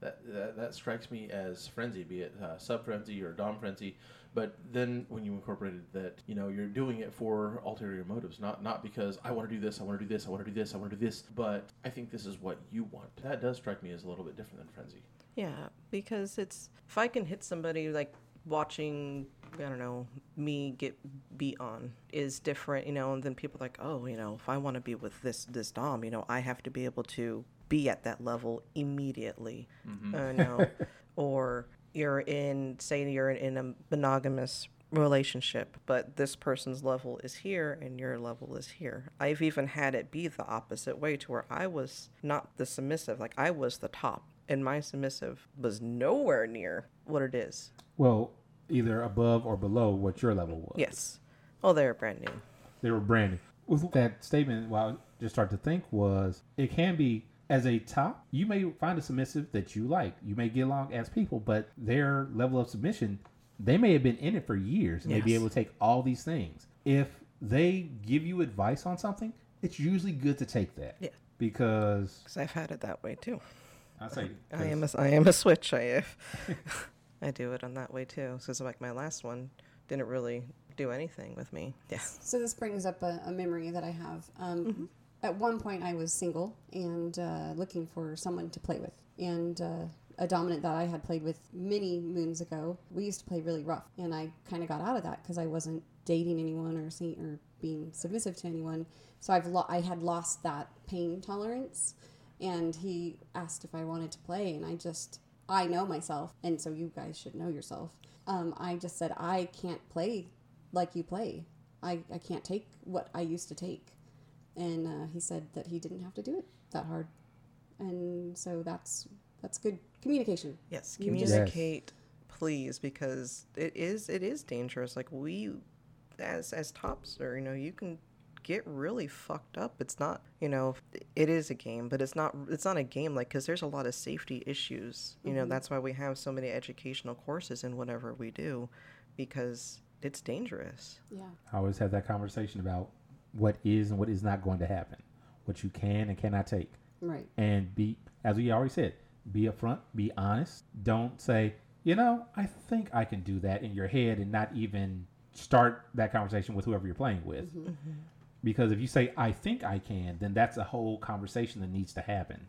S10: that that, that strikes me as frenzy, be it uh, sub frenzy or dom frenzy. But then when you incorporated that, you know, you're doing it for ulterior motives, not not because I want to do this, I want to do this, I want to do this, I want to do this. But I think this is what you want. That does strike me as a little bit different than frenzy.
S1: Yeah, because it's if I can hit somebody like watching I don't know me get beat on is different, you know, and then people like, "Oh, you know, if I want to be with this this dom, you know, I have to be able to be at that level immediately." Uh, no. or you're in say you're in, in a monogamous relationship, but this person's level is here and your level is here. I've even had it be the opposite way to where I was not the submissive, like I was the top, and my submissive was nowhere near what it is.
S8: Well, either above or below what your level was.
S1: Yes. Oh, they're brand new.
S8: They were brand new. With that statement, what I just started to think was it can be as a top, you may find a submissive that you like. You may get along as people, but their level of submission, they may have been in it for years and they be
S1: Yes.
S8: able to take all these things. If they give you advice on something, it's usually good to take that.
S1: Yeah.
S8: Because
S1: Because I've had it that way too.
S8: I say
S1: I am a, I am a switch. I have. I do it on that way too. Because like my last one didn't really do anything with me. Yeah.
S6: So this brings up a, a memory that I have. Um, At one point, I was single and uh, looking for someone to play with, and uh, a dominant that I had played with many moons ago. We used to play really rough, and I kind of got out of that because I wasn't dating anyone or seeing or being submissive to anyone. So I've lo- I had lost that pain tolerance, and he asked if I wanted to play, and I just I know myself, and so you guys should know yourself. Um, I just said I can't play like you play. I, I can't take what I used to take. And uh, he said that he didn't have to do it that hard. And so that's that's good communication.
S1: Yes.
S6: You just-
S1: Communicate, please, because it is it is dangerous. Like we, as as tops, or you know, you can get really fucked up. It's not you know, it is a game, but it's not it's not a game like because there's a lot of safety issues. You know, that's why we have so many educational courses in whatever we do, because it's dangerous.
S6: Yeah.
S8: I always have that conversation about what is and what is not going to happen, what you can and cannot take.
S6: Right.
S8: and be as we already said be upfront be honest don't say you know i think i can do that in your head and not even start that conversation with whoever you're playing with
S6: Mm-hmm.
S8: because if you say i think i can then that's a whole conversation that needs to happen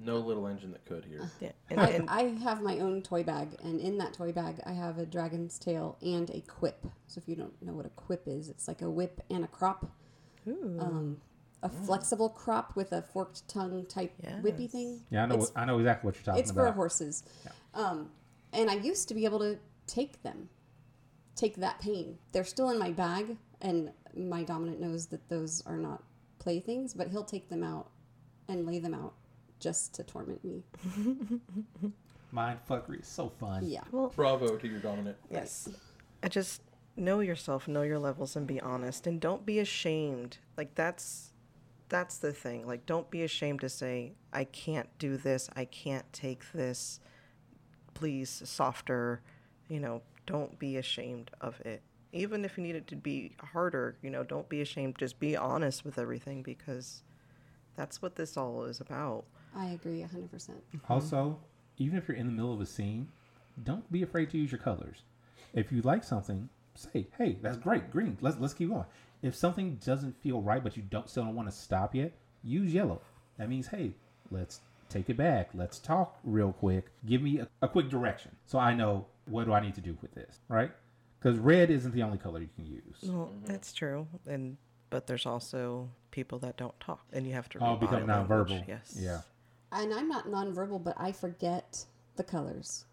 S10: No little engine that could here.
S1: Yeah. And,
S6: I,
S1: and
S6: I have my own toy bag, and in that toy bag, I have a dragon's tail and a quip. So if you don't know what a quip is, it's like a whip and a crop. Um, a flexible crop with a forked tongue type whippy thing.
S8: yeah i know
S6: It's
S8: i know exactly what you're talking
S6: it's
S8: about
S6: for horses um, and i used to be able to take them take that pain they're still in my bag and my dominant knows that those are not playthings but he'll take them out and lay them out just to torment me
S8: mind fuckery is so fun
S6: yeah
S10: Bravo to your dominant.
S1: yes, I just know yourself, know your levels, and be honest, and don't be ashamed. Like that's that's the thing. Like don't be ashamed to say I can't do this, I can't take this. Please softer, you know. Don't be ashamed of it. Even if you need it to be harder, you know, don't be ashamed. Just be honest with everything because that's what this all is about.
S6: i agree 100%
S8: Mm-hmm. Also, even if you're in the middle of a scene, don't be afraid to use your colors. If you like something, say, "Hey, that's great, green. Let's let's keep going." If something doesn't feel right, but you don't still don't want to stop yet, use yellow. That means, "Hey, let's take it back. Let's talk real quick. Give me a, a quick direction, so I know what do I need to do with this." Right? Because red isn't the only color you can use.
S1: Well,
S6: Mm-hmm.
S1: that's true, and but there's also people that don't talk, and you have to.
S8: Oh,
S1: read body
S8: become
S1: language,
S8: nonverbal.
S1: Yes.
S8: Yeah.
S6: and i'm not nonverbal but i forget the colors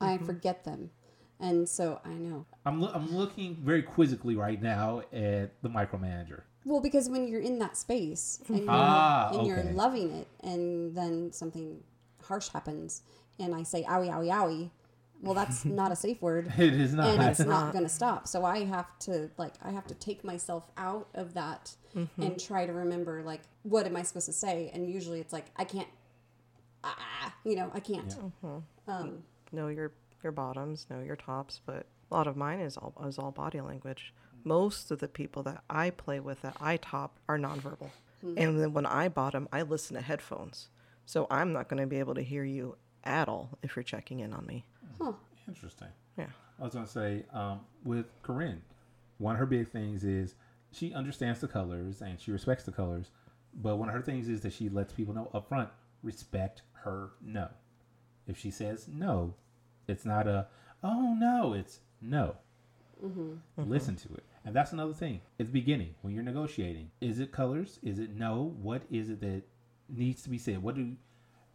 S6: i
S8: Mm-hmm.
S6: forget them and so i know
S8: I'm loo- I'm looking very quizzically right now at the micromanager.
S6: Well, because when you're in that space and you're,
S8: Ah,
S6: and you're
S8: okay.
S6: loving it, and then something harsh happens, and I say owie owie owie, well, that's not a safe word,
S8: It is not.
S6: and it's not going to stop. So I have to like I have to take myself out of that and try to remember like what am I supposed to say? And usually it's like I can't. Ah, You know, I can't. Um,
S1: know your your bottoms, know your tops, but a lot of mine is all is all body language. Most of the people that I play with that I top are nonverbal,
S6: Mm-hmm.
S1: and then when I bottom, I listen to headphones, so I'm not going to be able to hear you at all if you're checking in on me.
S8: Interesting.
S1: Yeah.
S8: I was gonna say um, with Corinne, one of her big things is she understands the colors and she respects the colors, but one of her things is that she lets people know up front respect her no. If she says no, it's not a oh no, it's no. Listen to it, and that's another thing. At the beginning, when you're negotiating, is it colors? Is it no? What is it that needs to be said? What do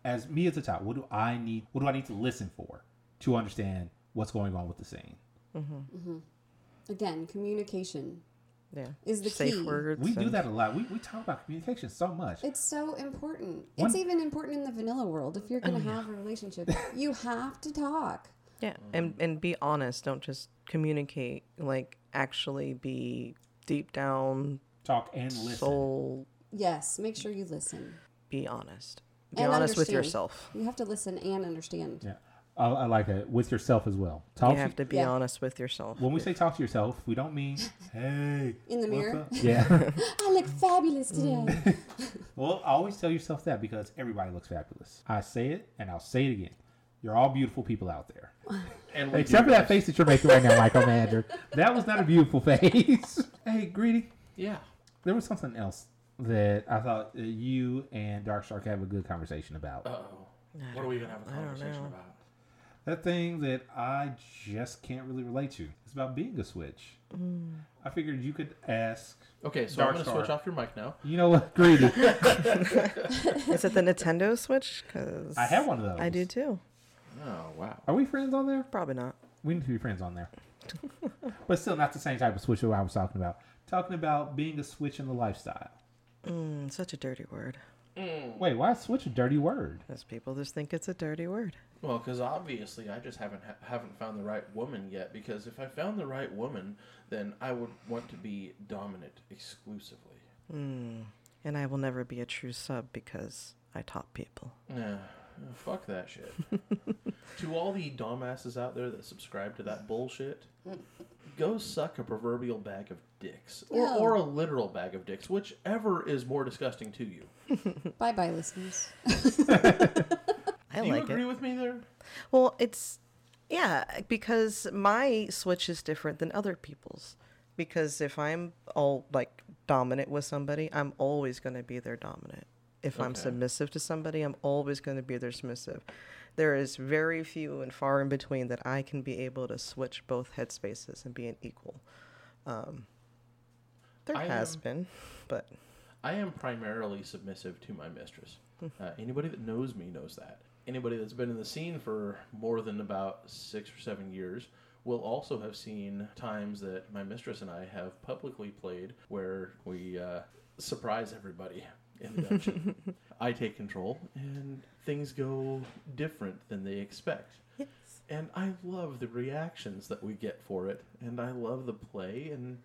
S8: as me as a child, what do I need? What do I need to listen for to understand what's going on with the scene?
S6: again, communication.
S1: Yeah.
S6: Is the
S1: safe
S6: key.
S1: words?
S8: We do
S1: and-
S8: that a lot. We, we talk about communication so much.
S6: It's so important.
S8: One-
S6: It's even important in the vanilla world. If you're going to have a relationship, you have to talk.
S1: Yeah, and and be honest. Don't just communicate. Like actually be deep down
S8: Talk and listen.
S1: soul.
S6: Yes, make sure you listen.
S1: Be honest. Be
S6: And
S1: honest with
S6: understand.
S1: yourself.
S6: You have to listen and understand.
S8: Yeah, I, I like it with yourself as well. Talk.
S1: You have to be
S6: Yeah.
S1: honest with yourself.
S8: when we say talk to yourself, we don't mean hey
S6: In the
S8: what's
S6: mirror?
S8: up?" Yeah.
S6: I look fabulous today.
S8: well, always tell yourself that because everybody looks fabulous. I say it and I'll say it again. You're all beautiful people out there,
S10: And we
S8: except
S10: do
S8: for that
S10: this.
S8: face that you're making right now, Michael Mander. That was not a beautiful face. hey, greedy.
S10: Yeah.
S8: There was something else that I thought that you and Dark Shark have a good conversation about.
S1: Uh-huh.
S10: Uh oh. What are we gonna have a
S1: I don't
S10: conversation
S1: know.
S10: about?
S8: That thing that I just can't really relate to. It's about being a switch.
S1: Mm.
S8: I figured you could ask.
S10: Okay, so
S8: Dark
S10: I'm gonna
S8: Star.
S10: switch off your mic now.
S8: You know what? Greedy.
S1: Is it the Nintendo Switch? Because
S8: I have one of those.
S1: I do too.
S10: Oh wow.
S8: Are we friends on there?
S1: Probably not.
S8: We need to be friends on there. but still, not the same type of switch that I was talking about. Talking about being a switch in the lifestyle.
S1: Mm, such a dirty word. Mm.
S8: Wait, why is switch a dirty word?
S1: Because people just think it's a dirty word.
S10: Well, because obviously I just haven't ha- haven't found the right woman yet. Because if I found the right woman, then I would want to be dominant exclusively.
S1: And I will never be a true sub because I top people.
S10: Nah, fuck that shit. to all the dumbasses out there that subscribe to that bullshit, go suck a proverbial bag of dicks, or,
S6: No.
S10: or a literal bag of dicks, whichever is more disgusting to you.
S6: bye bye, listeners.
S1: I
S10: Do you
S1: like it.
S10: agree with me there?
S1: Well, it's yeah, because my switch is different than other people's. Because if I'm all like dominant with somebody, I'm always going to be their dominant. If I'm submissive to somebody, I'm always going to be their submissive. There is very few and far in between that I can be able to switch both headspaces and be an equal. Um, there
S10: I um,
S1: has
S10: am-
S1: been, but
S10: I am primarily submissive to my mistress. Uh, anybody that knows me knows that. Anybody that's been in the scene for more than about six or seven years will also have seen times that my mistress and I have publicly played where we uh, surprise everybody in the dungeon. I take control and things go different than they expect. Yes. And I love the reactions that we get for it, and I love the play, and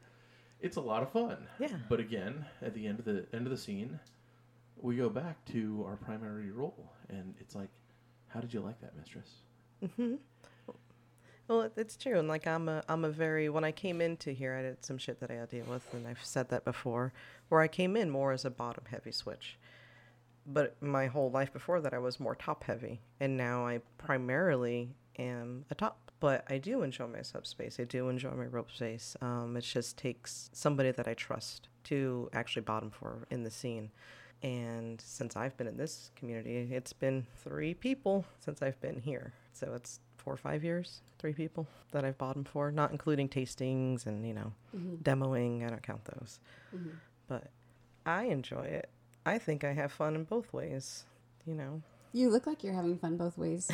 S10: it's a lot of fun.
S1: Yeah.
S10: But again, at the end of the end of the scene, we go back to our primary role, and it's like, how did you like that, mistress?
S1: Well, it- it's true, and like I'm a I'm a very when I came into here, I did some shit that I had to deal with, and I've said that before, where I came in more as a bottom heavy switch, but my whole life before that I was more top heavy, and now I primarily am a top. But I do enjoy my subspace. I do enjoy my rope space. Um, it just takes somebody that I trust to actually bottom for in the scene. And since I've been in this community, it's been three people since I've been here. So it's four or five years, three people that I've bottomed for, not including tastings and, you know, demoing. I don't count those. But I enjoy it. I think I have fun in both ways, you know.
S6: You look like you're having fun both ways.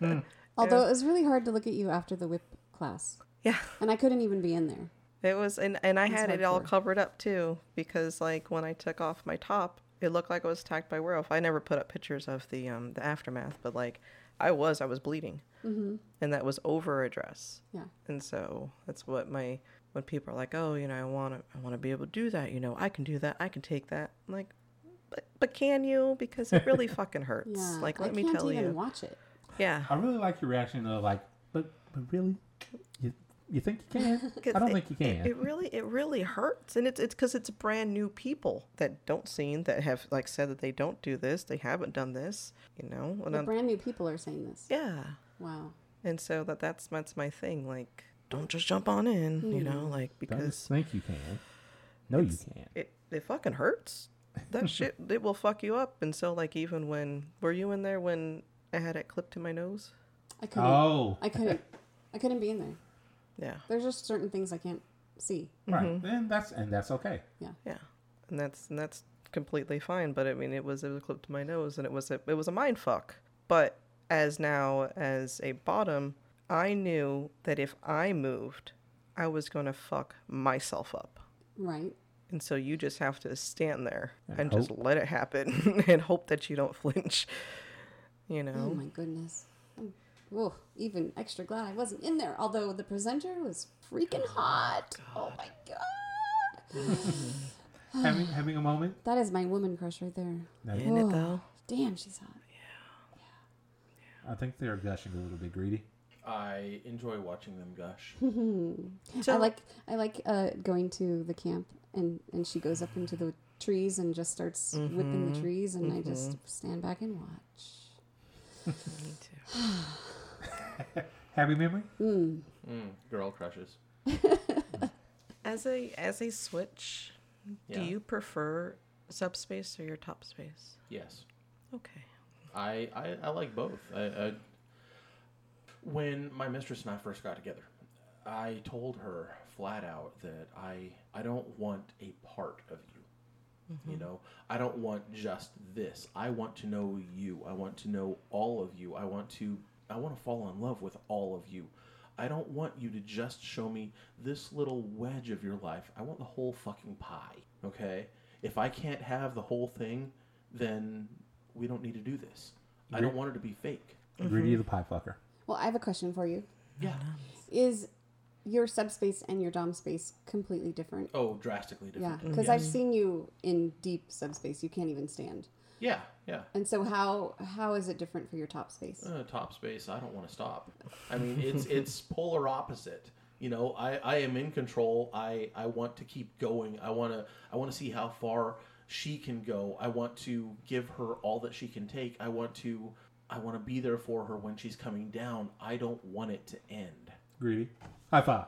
S1: Hmm.
S6: Although it was really hard to look at you after the whip class,
S1: Yeah.
S6: and I couldn't even be in there.
S1: It was, and, and I had it all
S6: hardcore.
S1: covered up too, because like when I took off my top, it looked like I was attacked by werewolf. I never put up pictures of the um the aftermath, but like I was, I was bleeding, mm-hmm. and that was over a dress,
S6: Yeah.
S1: and so that's what my when people are like, oh, you know, I want to, I want to be able to do that, you know, I can do that, I can take that, I'm like, but but can you? Because it really fucking hurts.
S6: Yeah,
S1: like
S6: I
S1: let me
S6: can't
S1: tell
S6: even
S1: you.
S6: watch it.
S1: Yeah.
S8: I really like your reaction of like, but but really, you you think you can?
S1: 'Cause
S8: I don't
S1: it-
S8: think you
S1: It,
S8: can.
S1: it really, it really hurts, and it's it's because it's brand new people that don't seem that have like said that they don't do this, they haven't done this, you know. And
S6: The
S1: I'm-
S6: brand new people are saying this.
S1: yeah,
S6: Wow.
S1: and so that that's that's my thing. Like, don't just jump on in, you
S6: Mm.
S1: know, like
S8: don't
S1: because
S8: just think you can. No, you can't.
S1: it it fucking hurts. That shit, it will fuck you up. And so like even when were you in there when I had it clipped to my nose?
S6: I couldn't.
S8: Oh,
S6: I couldn't. I couldn't be in there.
S1: Yeah,
S6: There's just certain things I can't see.
S8: right. And that's and that's okay.
S1: yeah, and that's and that's completely fine. But I mean, it was it was clipped to my nose, and it was a it was a mind fuck. But as now as a bottom, I knew that if I moved, I was gonna fuck myself up.
S6: Right.
S1: And so you just have to stand there and,
S8: hope.
S1: just let it happen and hope that you don't flinch. You
S6: Oh
S1: know?
S6: my goodness. I'm whoa, even extra glad I wasn't in there. Although the presenter was freaking hot. Oh my god.
S8: having having a moment.
S6: That is my woman crush right there.
S1: In
S6: Oh.
S1: it though.
S6: Damn, she's hot.
S8: I think they're gushing a little bit greedy.
S10: I enjoy watching them gush.
S6: I like I like uh, going to the camp and and she goes up into the trees and just starts whipping the trees and I just stand back and watch.
S8: Happy memory.
S10: Girl crushes.
S1: As a as a switch,
S10: Yeah.
S1: do you prefer subspace or your top space?
S10: Yes.
S1: Okay.
S10: I, I, I like both. I, I, when my mistress and I first got together, I told her flat out that I I don't want a part of you. You know, I don't want just this. I want to know you. I want to know all of you. I want to I want to fall in love with all of you. I don't want you to just show me this little wedge of your life. I want the whole fucking pie. Okay? If I can't have the whole thing, then we don't need to do this. I don't want it to be fake.
S8: Greedy the pie fucker.
S6: Well, I have a question for you.
S10: Yeah.
S6: Is your subspace and your dom space completely different?
S10: Oh, drastically
S6: mm, Yeah,
S10: different.
S6: because I've seen you in deep subspace. You can't even stand.
S10: Yeah, yeah.
S6: And so how how is it different for your top space?
S10: Uh, top space. I don't want to stop. I mean, it's it's polar opposite. You know, I, I am in control. I, I want to keep going. I want to I want to see how far she can go. I want to give her all that she can take. I want to I want to be there for her when she's coming down. I don't want it to end.
S8: Greedy. High five.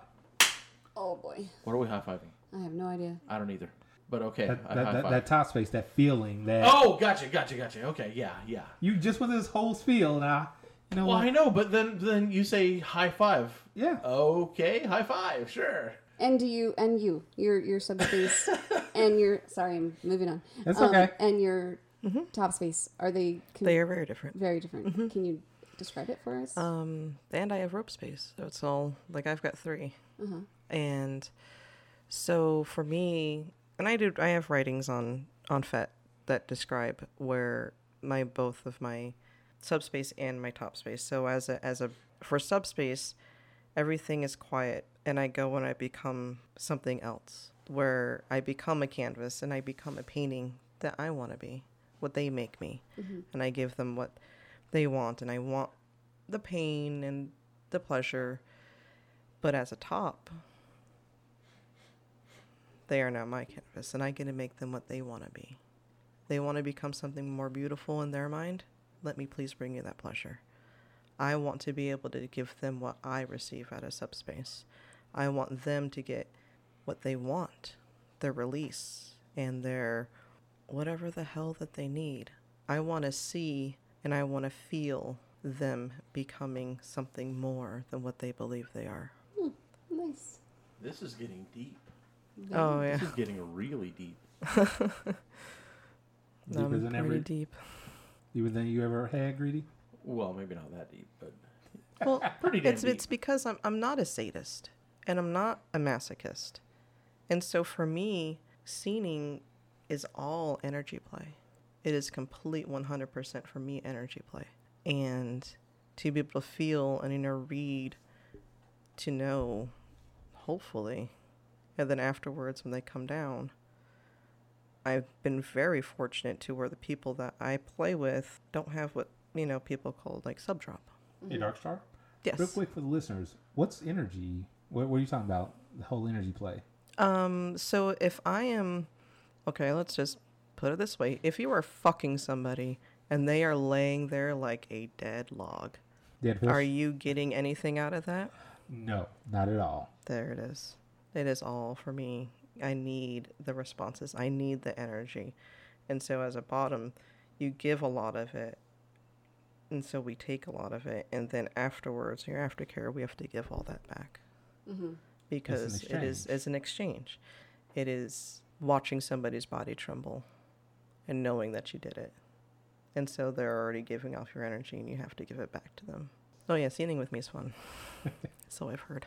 S6: Oh boy,
S10: What are we high fiving?
S6: I have no idea.
S10: I don't either. But okay,
S8: That
S10: I
S8: that,
S10: high
S8: that,
S10: five.
S8: that top space. That feeling. That
S10: oh, gotcha, gotcha, gotcha. Okay, yeah, yeah.
S8: you just with this whole spiel. And I, you know
S10: Well,
S8: what?
S10: I Oh. know, but then then you say high five.
S8: Yeah.
S10: Okay, high five. Sure.
S6: And do you and you your your subspace and your sorry, I'm moving on. Um,
S8: That's okay. Mm-hmm.
S6: And your top space are they con-
S1: They are very different.
S6: very different? Can you describe it for
S8: Uh,
S6: us?
S1: Um, and I have rope space, so it's all like I've got 3 And so for me, and I do, I have writings on on FET that describe where my both of my subspace and my top space. So as a as a for subspace, everything is quiet, and I go and I become something else, where I become a canvas and I become a painting that I want to be, what they make me, and I give them what they want, and I want the pain and the pleasure, but as a top, they are now my canvas, and I get to make them what they want to be. They want to become something more beautiful in their mind. Let me please bring you that pleasure. I want to be able to give them what I receive out of subspace. I want them to get what they want, their release and their whatever the hell that they need. I want to see and I want to feel them becoming something more than what they believe they are.
S6: nice.
S10: This is getting deep.
S1: Oh yeah,
S10: This is getting really deep.
S8: Deeper
S1: I'm
S8: than
S1: pretty
S8: ever.
S1: deep.
S8: Deeper than you ever had. Greedy.
S10: Well, maybe not that deep, but
S1: Well,
S10: pretty damn
S1: it's
S10: deep.
S1: it's because I'm I'm not a sadist and I'm not a masochist, and so for me, scening is all energy play. It is complete 100% for me energy play, and to be able to feel and inner read, to know, hopefully, and then afterwards when they come down, I've been very fortunate to where the people that I play with don't have what, you know, people call like sub drop.
S8: Hey, Dark Star.
S1: Yes.
S8: Real quick for the listeners, what's energy? What, what are you talking about? The whole energy play.
S1: Um, so if I am, okay, let's just put it this way: if you are fucking somebody and they are laying there like a dead log,
S8: Dead horse?
S1: are you getting anything out of that?
S8: No, not at all.
S1: There it is. It is all for me. I need the responses. I need the energy, and so as a bottom, you give a lot of it. And so we take a lot of it, and then afterwards, your aftercare, we have to give all that back because it is
S8: exchange.
S1: it's an exchange. It is watching somebody's body tremble and knowing that you did it. And so they're already giving off your energy and you have to give it back to them. Oh yeah, scening with me is fun. so I've heard.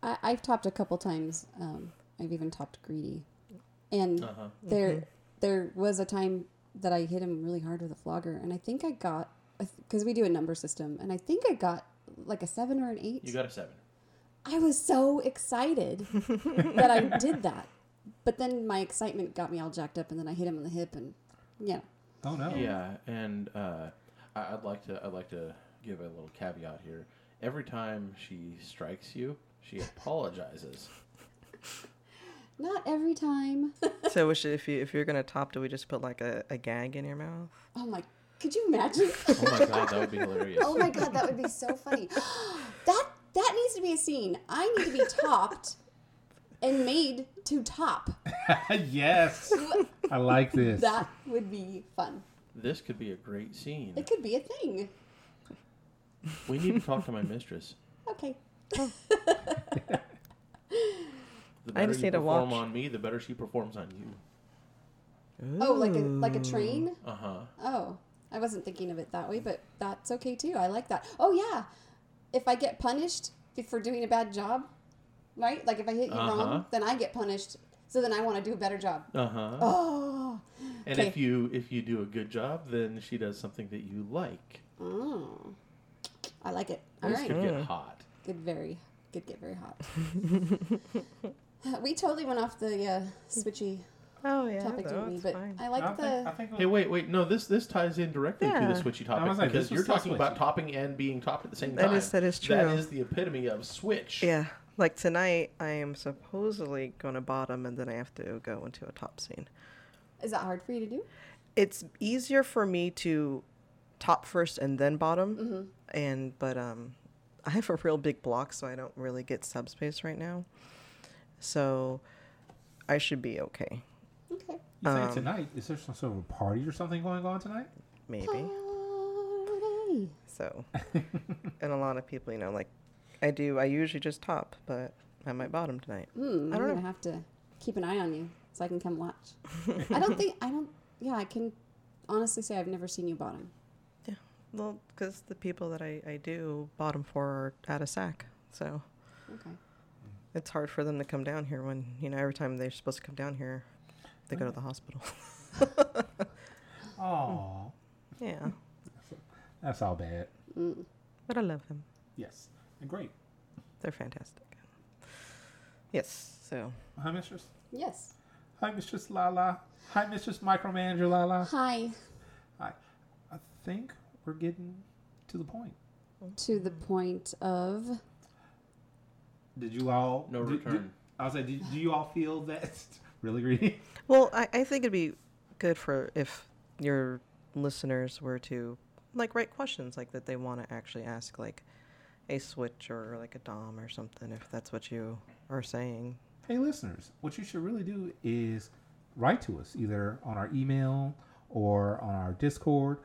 S6: I, I've topped a couple times. Um, I've even topped greedy, and
S10: Uh-huh.
S6: there there
S8: Mm-hmm.
S6: was a time that I hit him really hard with a flogger, and I think I got because we do a number system, and I think I got like a seven or an eight.
S10: You got a seven.
S6: I was so excited that I did that, but then my excitement got me all jacked up, and then I hit him on the hip, and yeah,
S8: Oh no.
S10: Yeah, and uh, I, I'd like to I'd like to give a little caveat here. Every time she strikes you, she apologizes.
S6: not every time.
S1: so we should, if you if you're gonna top, do we just put like a, a gag in your mouth?
S6: oh my, could you imagine?
S10: Oh my god, that would be hilarious.
S6: Oh my god, that would be so funny. that that needs to be a scene. I need to be topped and made to top.
S8: yes. I like this.
S6: That would be fun.
S10: This could be a great scene.
S6: It could be a thing.
S10: We need to talk to my mistress.
S6: Okay.
S10: The
S1: I
S10: better
S1: just
S10: you
S1: need to
S10: perform
S1: watch.
S10: on me, the better she performs on you.
S6: Oh, like a like a train?
S10: Uh huh.
S6: Oh. I wasn't thinking of it that way, but that's okay too. I like that. Oh yeah. If I get punished be- for doing a bad job, right? Like if I hit you
S10: Uh-huh.
S6: wrong, then I get punished. So then I want to do a better job.
S10: Uh huh.
S6: Oh.
S10: And
S6: okay.
S10: if you if you do a good job, then she does something that you like.
S6: Mm. I like it. All
S10: This
S6: right.
S10: could get hot.
S6: Good, very good, get very hot. we totally went off the uh, switchy
S1: Oh yeah,
S6: topic,
S1: no,
S6: didn't we?
S1: it's
S6: But
S1: fine.
S6: I like the.
S8: think
S10: Hey, wait, wait. No, this this ties in directly to
S1: Yeah.
S10: the switchy
S8: I
S10: topic
S8: was like,
S10: because
S8: this was
S10: you're
S8: still
S10: talking about
S8: switchy.
S10: topping and being topped at the same
S1: That
S10: time.
S1: is- that is
S10: That
S1: true.
S10: is the epitome of switch.
S1: Yeah. Like tonight I am supposedly gonna bottom and then I have to go into a top scene.
S6: is that hard for you to do?
S1: it's easier for me to top first and then bottom and but um i have a real big block so i don't really get subspace right now so i should be okay
S6: Okay.
S8: You saying tonight is there some sort of party or something going on tonight?
S1: maybe
S6: Alrighty.
S1: so and a lot of people you know like i do i usually just top but i might bottom tonight
S6: Hmm, I'm
S1: I don't
S6: gonna
S1: know.
S6: have to keep an eye on you so I can come watch. I don't think I don't. Yeah, I can honestly say I've never seen you bottom.
S1: yeah well because the people that I, I do bottom for are out of sack so
S6: Okay.
S1: it's hard for them to come down here when you know every time they're supposed to come down here they go to the hospital
S8: Oh,
S1: yeah
S8: that's all bad.
S1: But I love them.
S8: Yes, great.
S1: They're fantastic. Yes, so
S8: Hi, Mistress.
S6: Yes.
S8: Hi, Mistress Lala. Hi, Mistress Micromanager Lala.
S6: Hi.
S8: Hi. I think we're getting to the point.
S6: To the point of.
S8: Did you all?
S10: No
S8: did-
S10: return.
S8: did- I was like, did, do you all feel that? really greedy?
S1: well, I, I think it'd be good for if your listeners were to like write questions like that they want to actually ask like a switch or like a dom or something if that's what you are saying.
S8: Hey, listeners, what you should really do is write to us either on our email or on our Discord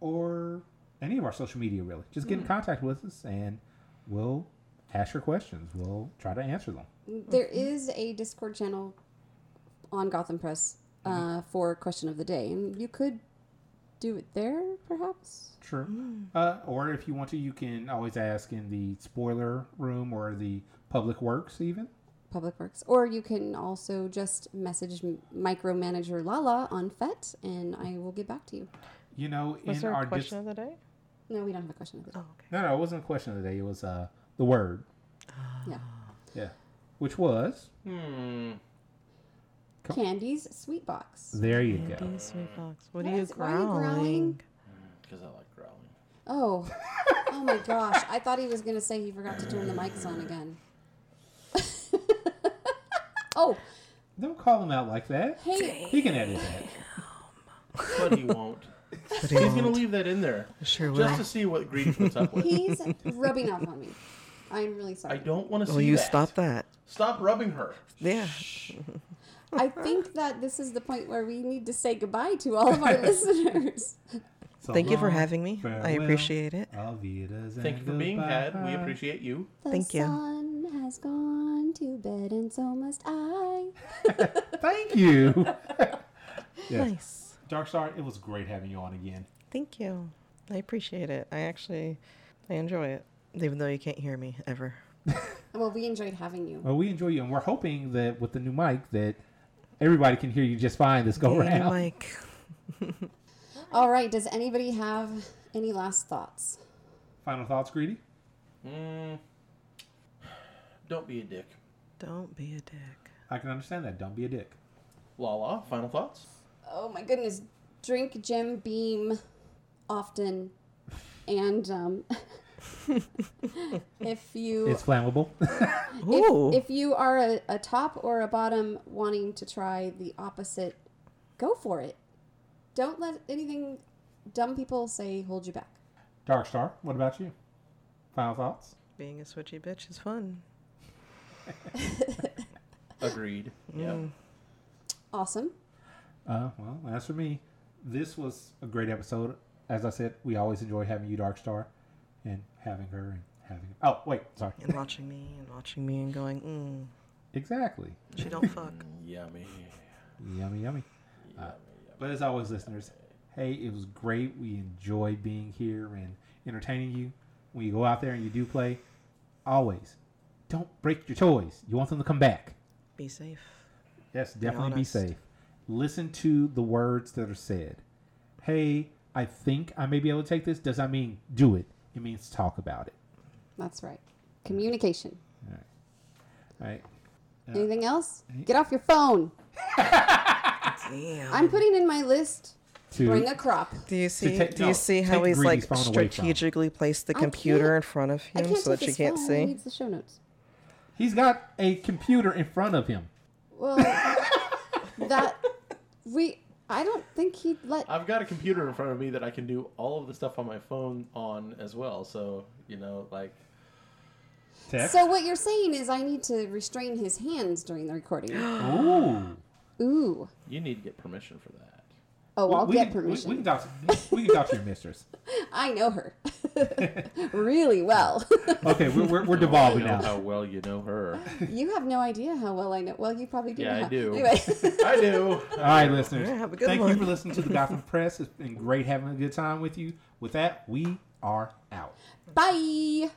S8: or any of our social media, really. Just
S1: Mm.
S8: get in contact with us and we'll ask your questions. We'll try to answer them.
S6: There
S1: Mm-hmm.
S6: is a Discord channel on Gotham Press uh,
S1: Mm-hmm.
S6: for question of the day, and you could do it there, perhaps.
S8: Sure. Uh, or if you want to, you can always ask in the spoiler room or the public works, even.
S6: Public Works, or you can also just message m- micromanager Lala on FET, and I will get back to you.
S8: You know,
S1: Was
S8: in
S1: there
S8: our
S1: a
S8: dis-
S1: question of the day?
S6: No, we don't have a question of the day.
S1: Oh, okay.
S8: no, no, it wasn't a question of the day. It was uh, the word.
S6: Yeah.
S8: Yeah, which was
S10: Hmm.
S6: Candy's Sweet Box.
S8: There you go.
S1: Candy sweet box. What
S6: What
S1: are you
S6: is- why are you growling?
S1: growling?
S10: Because I like growling.
S6: Oh, oh my gosh! I thought he was gonna say he forgot to turn the mics on again. oh,
S8: Don't call him out like that.
S6: hey,
S8: He can edit that.
S10: But he won't.
S1: But he
S10: He's going to
S1: won't.
S10: leave that in there
S1: Sure
S10: just
S1: will.
S10: to see what Greedy puts up with.
S6: he's rubbing off on me. I'm really sorry.
S10: I don't want to see
S1: Will you
S10: that.
S1: stop that?
S10: Stop rubbing her.
S1: Yeah.
S6: I think that this is the point where we need to say goodbye to all of our listeners.
S8: So
S1: Thank you for
S8: long,
S1: having me. I
S8: farewell,
S1: appreciate it.
S8: auf Wiedersehen,
S10: Thank you for being had. We
S8: goodbye.
S10: appreciate you.
S6: The
S1: Thank you.
S6: sun has gone to bed, and so must I.
S8: Thank you.
S1: Nice.
S8: Dark Star, it was great having you on again.
S1: Thank you. I appreciate it. I actually, I enjoy it, even though you can't hear me ever.
S6: Well, we enjoyed having you.
S8: Well, we enjoy you, and we're hoping that with the new mic that everybody can hear you just fine this go
S1: Hey,
S8: around.
S1: Mike.
S6: All right. Does anybody have any last thoughts?
S8: Final thoughts, Greedy?
S10: Mm. Don't be a dick.
S1: Don't be a dick.
S8: I can understand that. Don't be a dick.
S10: Lala, final thoughts?
S6: Oh my goodness. Drink Jim Beam often, and um, if you
S8: It's flammable.
S1: Ooh.
S6: if, if you are a, a top or a bottom wanting to try the opposite, go for it. Don't let anything dumb people say hold you back.
S8: Dark Star, what about you? Final thoughts?
S1: Being a switchy bitch is fun.
S10: Agreed. Yeah.
S1: Mm.
S6: Awesome.
S8: Uh, well, as for me, this was a great episode. As I said, we always enjoy having you, Dark Star, and having her and having. Oh, wait, sorry.
S1: And watching me and watching me and going, mm,
S8: exactly.
S1: she don't fuck.
S10: Yummy.
S8: Yummy, yummy. Uh, but as always, listeners, hey, it was great. We enjoyed being here and entertaining you. When you go out there and you do play, always don't break your toys. You want them to come back.
S1: Be safe.
S8: Yes, definitely be
S1: honest.
S8: safe. Listen to the words that are said. Hey, I think I may be able to take this. Does that mean do it? It means talk about it.
S6: That's right. Communication.
S8: All right.
S6: Anything else? Get off your phone.
S1: Damn.
S6: I'm putting in my list.
S8: To,
S6: Bring a crop.
S1: do you see?
S8: take-
S1: do
S8: no,
S1: you see how
S8: take
S1: he's like
S8: Greedy's phone away from him.
S1: strategically placed the
S6: I
S1: computer in
S6: can't-
S1: front of
S6: I
S1: him
S6: can't
S1: so
S6: take
S1: that you
S6: his
S1: can't
S6: phone. He
S1: see?
S6: needs the show notes.
S8: he's got a computer in front of him.
S6: Well, that we. I don't think he'd let.
S10: I've got a computer in front of me that I can do all of the stuff on my phone on as well. So, you know, like,
S8: Text.
S6: So what you're saying is I need to restrain his hands during the recording.
S8: Ooh.
S6: Ooh.
S10: you need to get permission for that.
S6: Oh, I'll
S8: we
S6: get
S8: can, we-
S6: permission.
S8: We, can talk. To, we can talk to your mistress.
S6: I know her really well.
S8: Okay, we're, we're, we're
S10: You
S8: devolving
S10: know how
S8: now.
S10: well you know her.
S6: you have no idea how well I know. Well, you probably do.
S10: Yeah,
S6: know
S10: I
S6: how-
S10: do.
S6: Anyway,
S10: I do.
S8: All right, listeners.
S1: Yeah, have a good
S8: thank you
S1: one.
S8: for listening to the Gotham Press. It's been great having a good time with you. With that, we are out.
S6: bye.